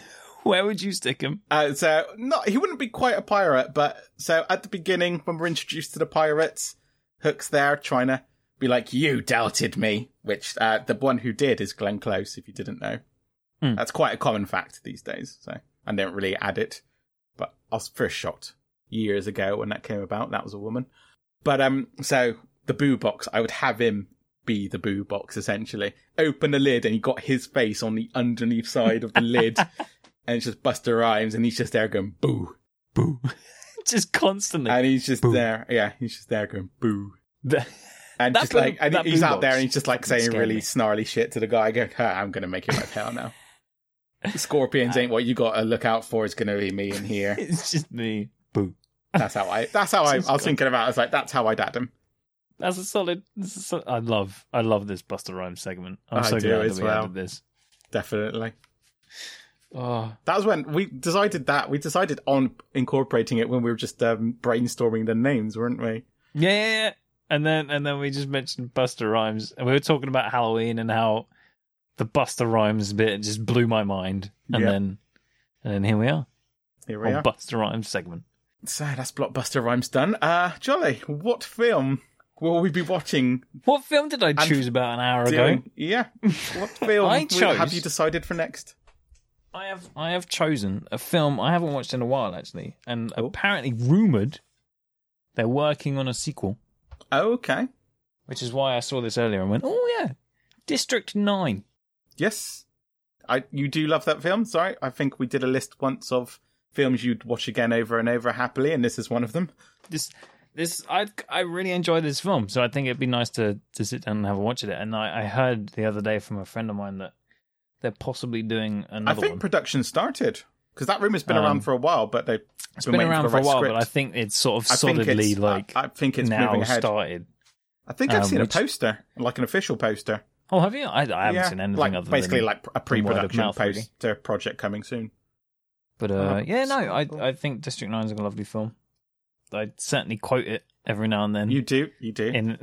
Speaker 2: where would you stick him?
Speaker 1: Uh, so not he wouldn't be quite a pirate, but so at the beginning when we're introduced to the pirates, Hook's there trying to be like, "You doubted me," which uh, the one who did is Glenn Close. If you didn't know,
Speaker 2: Hmm.
Speaker 1: that's quite a common fact these days. So I don't really add it, but oh, I was first shocked years ago when that came about. That was a woman, but um, so the boo box, I would have him be the boo box essentially. Open the lid, and he got his face on the underneath side of the lid and it's just Buster Rhymes, and he's just there going boo,
Speaker 2: Boo. Just constantly.
Speaker 1: and he's just
Speaker 2: Boo.
Speaker 1: there, yeah, he's just there going boo,
Speaker 2: The-
Speaker 1: and
Speaker 2: That
Speaker 1: just
Speaker 2: boo-
Speaker 1: like, and
Speaker 2: that
Speaker 1: he's
Speaker 2: boo
Speaker 1: out there,
Speaker 2: box
Speaker 1: and he's just like
Speaker 2: fucking
Speaker 1: saying
Speaker 2: scared
Speaker 1: really
Speaker 2: me.
Speaker 1: snarly shit to the guy, going, "Huh, "I'm gonna make you my pal now." Scorpions ain't what you got to look out for. It's gonna be me in here.
Speaker 2: it's just me. Boo.
Speaker 1: That's how I. That's how I. I
Speaker 2: Just
Speaker 1: was
Speaker 2: go-
Speaker 1: thinking about. it. I was like, that's how I dad him.
Speaker 2: That's a solid. That's a sol- I love. I love this Buster Rhymes segment. I'm
Speaker 1: I
Speaker 2: so
Speaker 1: do
Speaker 2: glad
Speaker 1: as
Speaker 2: that we
Speaker 1: well.
Speaker 2: added this.
Speaker 1: Definitely.
Speaker 2: Oh,
Speaker 1: That was when we decided that we decided on incorporating it when we were just um, brainstorming the names, weren't we?
Speaker 2: Yeah, yeah, yeah. And then and then we just mentioned Buster Rhymes, and we were talking about Halloween and how the Buster Rhymes bit just blew my mind. And
Speaker 1: Yeah.
Speaker 2: then and then here we are
Speaker 1: Here we
Speaker 2: on
Speaker 1: are.
Speaker 2: Buster Rhymes segment.
Speaker 1: So that's blockbuster rhymes done. Uh, Jolly, what film will we be watching?
Speaker 2: What film did I choose about an hour ago?
Speaker 1: Doing? Yeah, what film
Speaker 2: I
Speaker 1: will-
Speaker 2: chose-
Speaker 1: have you decided for next?
Speaker 2: I have I have chosen a film I haven't watched in a while actually, and apparently rumored they're working on a sequel,
Speaker 1: Oh, Okay.
Speaker 2: which is why I saw this earlier and went, oh yeah, District Nine.
Speaker 1: Yes, I you do love that film. Sorry, I think we did a list once of films you'd watch again over and over happily, and this is one of them.
Speaker 2: this this I I really enjoy this film, so I think it'd be nice to to sit down and have a watch at it. And I, I heard the other day from a friend of mine that they're possibly doing another
Speaker 1: I think
Speaker 2: one.
Speaker 1: production started because that rumor's been around
Speaker 2: Um,
Speaker 1: for a while, but they've
Speaker 2: it's
Speaker 1: been
Speaker 2: been
Speaker 1: waiting
Speaker 2: around
Speaker 1: for
Speaker 2: for,
Speaker 1: the
Speaker 2: a
Speaker 1: right
Speaker 2: while,
Speaker 1: script.
Speaker 2: but I think it's sort of
Speaker 1: I think
Speaker 2: solidly
Speaker 1: it's
Speaker 2: like
Speaker 1: I, I think it's
Speaker 2: now
Speaker 1: moving ahead.
Speaker 2: started.
Speaker 1: I think I've
Speaker 2: um,
Speaker 1: seen
Speaker 2: which-
Speaker 1: a poster, like an official poster.
Speaker 2: Oh, have you? I, I haven't
Speaker 1: Yeah,
Speaker 2: seen anything
Speaker 1: like
Speaker 2: other
Speaker 1: basically
Speaker 2: than
Speaker 1: like a
Speaker 2: word of
Speaker 1: pre-production
Speaker 2: mouth, really.
Speaker 1: poster project coming soon.
Speaker 2: But
Speaker 1: Oh,
Speaker 2: uh, yeah, no, I
Speaker 1: cool.
Speaker 2: I think District Nine's a lovely film. I certainly quote it every now and then
Speaker 1: You do, you do.
Speaker 2: in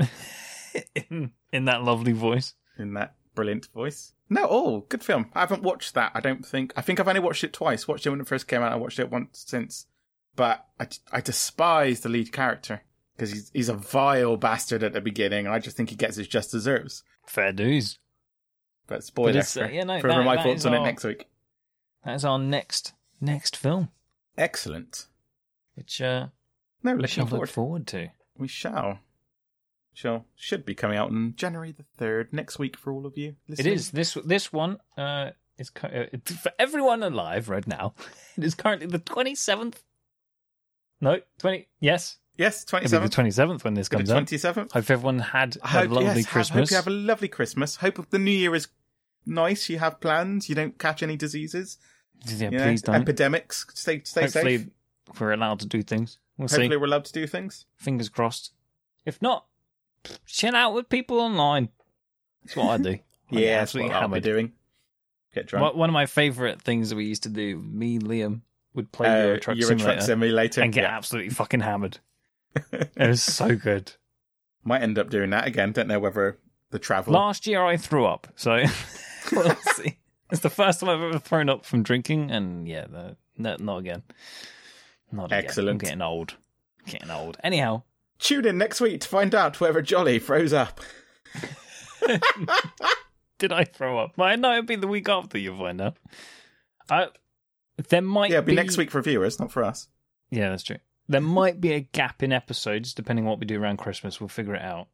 Speaker 2: in in that lovely voice.
Speaker 1: in that brilliant voice. No, oh, good film. I haven't watched that. I don't think. I think I've only watched it twice. Watched it when it first came out. I watched it once since. But I, I despise the lead character because he's he's a vile bastard at the beginning, and I just think he gets his just deserves.
Speaker 2: Fair dues.
Speaker 1: But spoiler
Speaker 2: it's, uh,
Speaker 1: for,
Speaker 2: yeah, no,
Speaker 1: for
Speaker 2: that-
Speaker 1: my
Speaker 2: that
Speaker 1: thoughts
Speaker 2: is
Speaker 1: on it
Speaker 2: all-
Speaker 1: next week.
Speaker 2: That is our next next film,
Speaker 1: Excellent.
Speaker 2: which uh,
Speaker 1: No,
Speaker 2: We
Speaker 1: looking
Speaker 2: shall
Speaker 1: forward.
Speaker 2: look forward to.
Speaker 1: we shall. Shall should be coming out on January the third next week for all of you.
Speaker 2: It
Speaker 1: listening.
Speaker 2: is this this one uh, is cu- uh, it's for everyone alive right now. It is currently the twenty seventh. No, twenty. Yes,
Speaker 1: Yes, twenty
Speaker 2: it'll be the
Speaker 1: seventh.
Speaker 2: twenty seventh when this comes out.
Speaker 1: Twenty seventh.
Speaker 2: Hope everyone had a
Speaker 1: I hope,
Speaker 2: lovely
Speaker 1: yes, have-
Speaker 2: Christmas.
Speaker 1: hope you have a lovely Christmas. Hope the new year is nice. You have plans. You don't catch any diseases.
Speaker 2: yeah,
Speaker 1: you know,
Speaker 2: please don't.
Speaker 1: Epidemics. Stay, stay
Speaker 2: Hopefully,
Speaker 1: safe.
Speaker 2: we're allowed to do things. We'll
Speaker 1: Hopefully,
Speaker 2: see.
Speaker 1: we're allowed to do things.
Speaker 2: Fingers crossed. If not, chill out with people online. That's what I do. I get
Speaker 1: yeah, that's
Speaker 2: absolutely
Speaker 1: what I'll be
Speaker 2: hammered.
Speaker 1: doing. Get drunk.
Speaker 2: One one of my favorite things that we used to do, me and Liam would play
Speaker 1: Uh,
Speaker 2: Euro Truck
Speaker 1: Euro
Speaker 2: Simulator
Speaker 1: Truck Simulator.
Speaker 2: and get
Speaker 1: Yeah.
Speaker 2: absolutely fucking hammered. It was so good.
Speaker 1: Might end up doing that again. Don't know whether the travel.
Speaker 2: Last year I threw up, so we'll see. It's the first time I've ever thrown up from drinking, and yeah, no, no, not again. Not again.
Speaker 1: Excellent.
Speaker 2: I'm getting old. Getting old. Anyhow,
Speaker 1: Tune in next week to find out whether Jolly froze up.
Speaker 2: did I throw up? Well, no, it'd be the week after you find out. I, there might
Speaker 1: Yeah, it'll be next week for viewers, not for us.
Speaker 2: Yeah, that's true. There might be a gap in episodes depending on what we do around Christmas. We'll figure it out.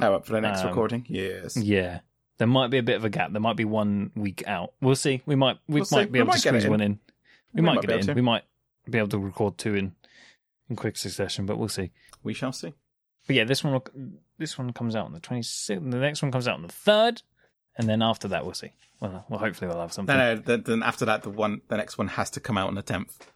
Speaker 1: Oh, up for the next
Speaker 2: Um,
Speaker 1: recording. Yes.
Speaker 2: Yeah, there might be a bit of a gap. There might be one week out. We'll see. We might we
Speaker 1: We'll see.
Speaker 2: might be
Speaker 1: We
Speaker 2: able
Speaker 1: might
Speaker 2: to
Speaker 1: get it
Speaker 2: squeeze
Speaker 1: in.
Speaker 2: one in. We,
Speaker 1: We
Speaker 2: might,
Speaker 1: might
Speaker 2: get
Speaker 1: be
Speaker 2: it in.
Speaker 1: able to.
Speaker 2: We might be able to record two in in quick succession, but we'll see.
Speaker 1: We shall see.
Speaker 2: But yeah, this one will, this one comes out on the twenty sixth. The next one comes out on the third, and then after that, we'll see. Well, well hopefully we'll have something.
Speaker 1: No, no. Then, then after that, the one, the next one has to come out on the tenth.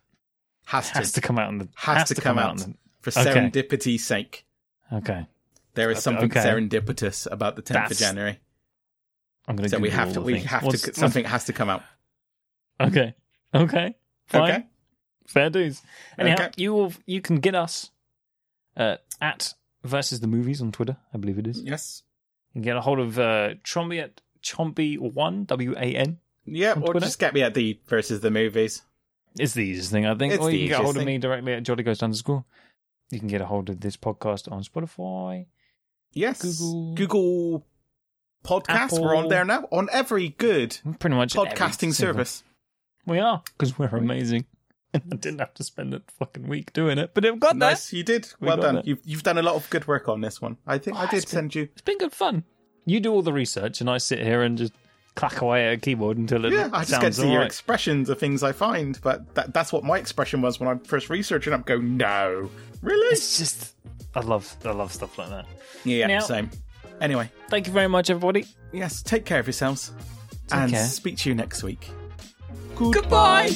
Speaker 1: Has to.
Speaker 2: Has to come out on the
Speaker 1: Has to come out.
Speaker 2: on
Speaker 1: for
Speaker 2: Okay.
Speaker 1: serendipity's sake.
Speaker 2: the, okay,
Speaker 1: There is
Speaker 2: Okay.
Speaker 1: something
Speaker 2: Okay.
Speaker 1: serendipitous about the tenth of
Speaker 2: That's-
Speaker 1: January.
Speaker 2: I'm going
Speaker 1: So we have to. We have to. Something has to come out.
Speaker 2: Okay, okay, fine.
Speaker 1: Okay.
Speaker 2: Fair dues. Anyhow,
Speaker 1: Okay.
Speaker 2: you will, you can get us uh, at versus the movies on Twitter, I believe it is. You
Speaker 1: Yes.
Speaker 2: can get a hold of uh, Chompy at Chompy One W A N.
Speaker 1: Yeah.
Speaker 2: On
Speaker 1: Or
Speaker 2: Twitter?
Speaker 1: just get me at the versus the movies.
Speaker 2: It's the easiest thing I think.
Speaker 1: It's
Speaker 2: or
Speaker 1: the
Speaker 2: you can get a
Speaker 1: easiest
Speaker 2: hold of
Speaker 1: thing.
Speaker 2: me directly at Jolly Ghost underscore. You can get a hold of this podcast on Spotify.
Speaker 1: Yes.
Speaker 2: Google-
Speaker 1: Google Podcasts. We're on
Speaker 2: Apple.
Speaker 1: there now. On every good
Speaker 2: Pretty much every
Speaker 1: podcasting
Speaker 2: single-
Speaker 1: service.
Speaker 2: We are because we're amazing. I didn't have to spend a fucking week doing it, but it got there.
Speaker 1: Nice, you did.
Speaker 2: We
Speaker 1: well
Speaker 2: got
Speaker 1: done.
Speaker 2: that.
Speaker 1: You've you've done a lot of good work on this one. I think
Speaker 2: Oh,
Speaker 1: I did
Speaker 2: it's been-
Speaker 1: send you.
Speaker 2: It's been good fun. You do all the research, and I sit here and just clack away at a keyboard until it
Speaker 1: Yeah, I just
Speaker 2: sounds
Speaker 1: get to see your
Speaker 2: alright.
Speaker 1: expressions of things I find, but that, that's what my expression was when I first researched it. I'm going, no, really?
Speaker 2: it's just I love I love stuff like that.
Speaker 1: Yeah,
Speaker 2: Now-
Speaker 1: same. Anyway,
Speaker 2: Thank you very much, everybody.
Speaker 1: yes, take care of yourselves, and
Speaker 2: care.
Speaker 1: speak to you next week.
Speaker 2: Goodbye.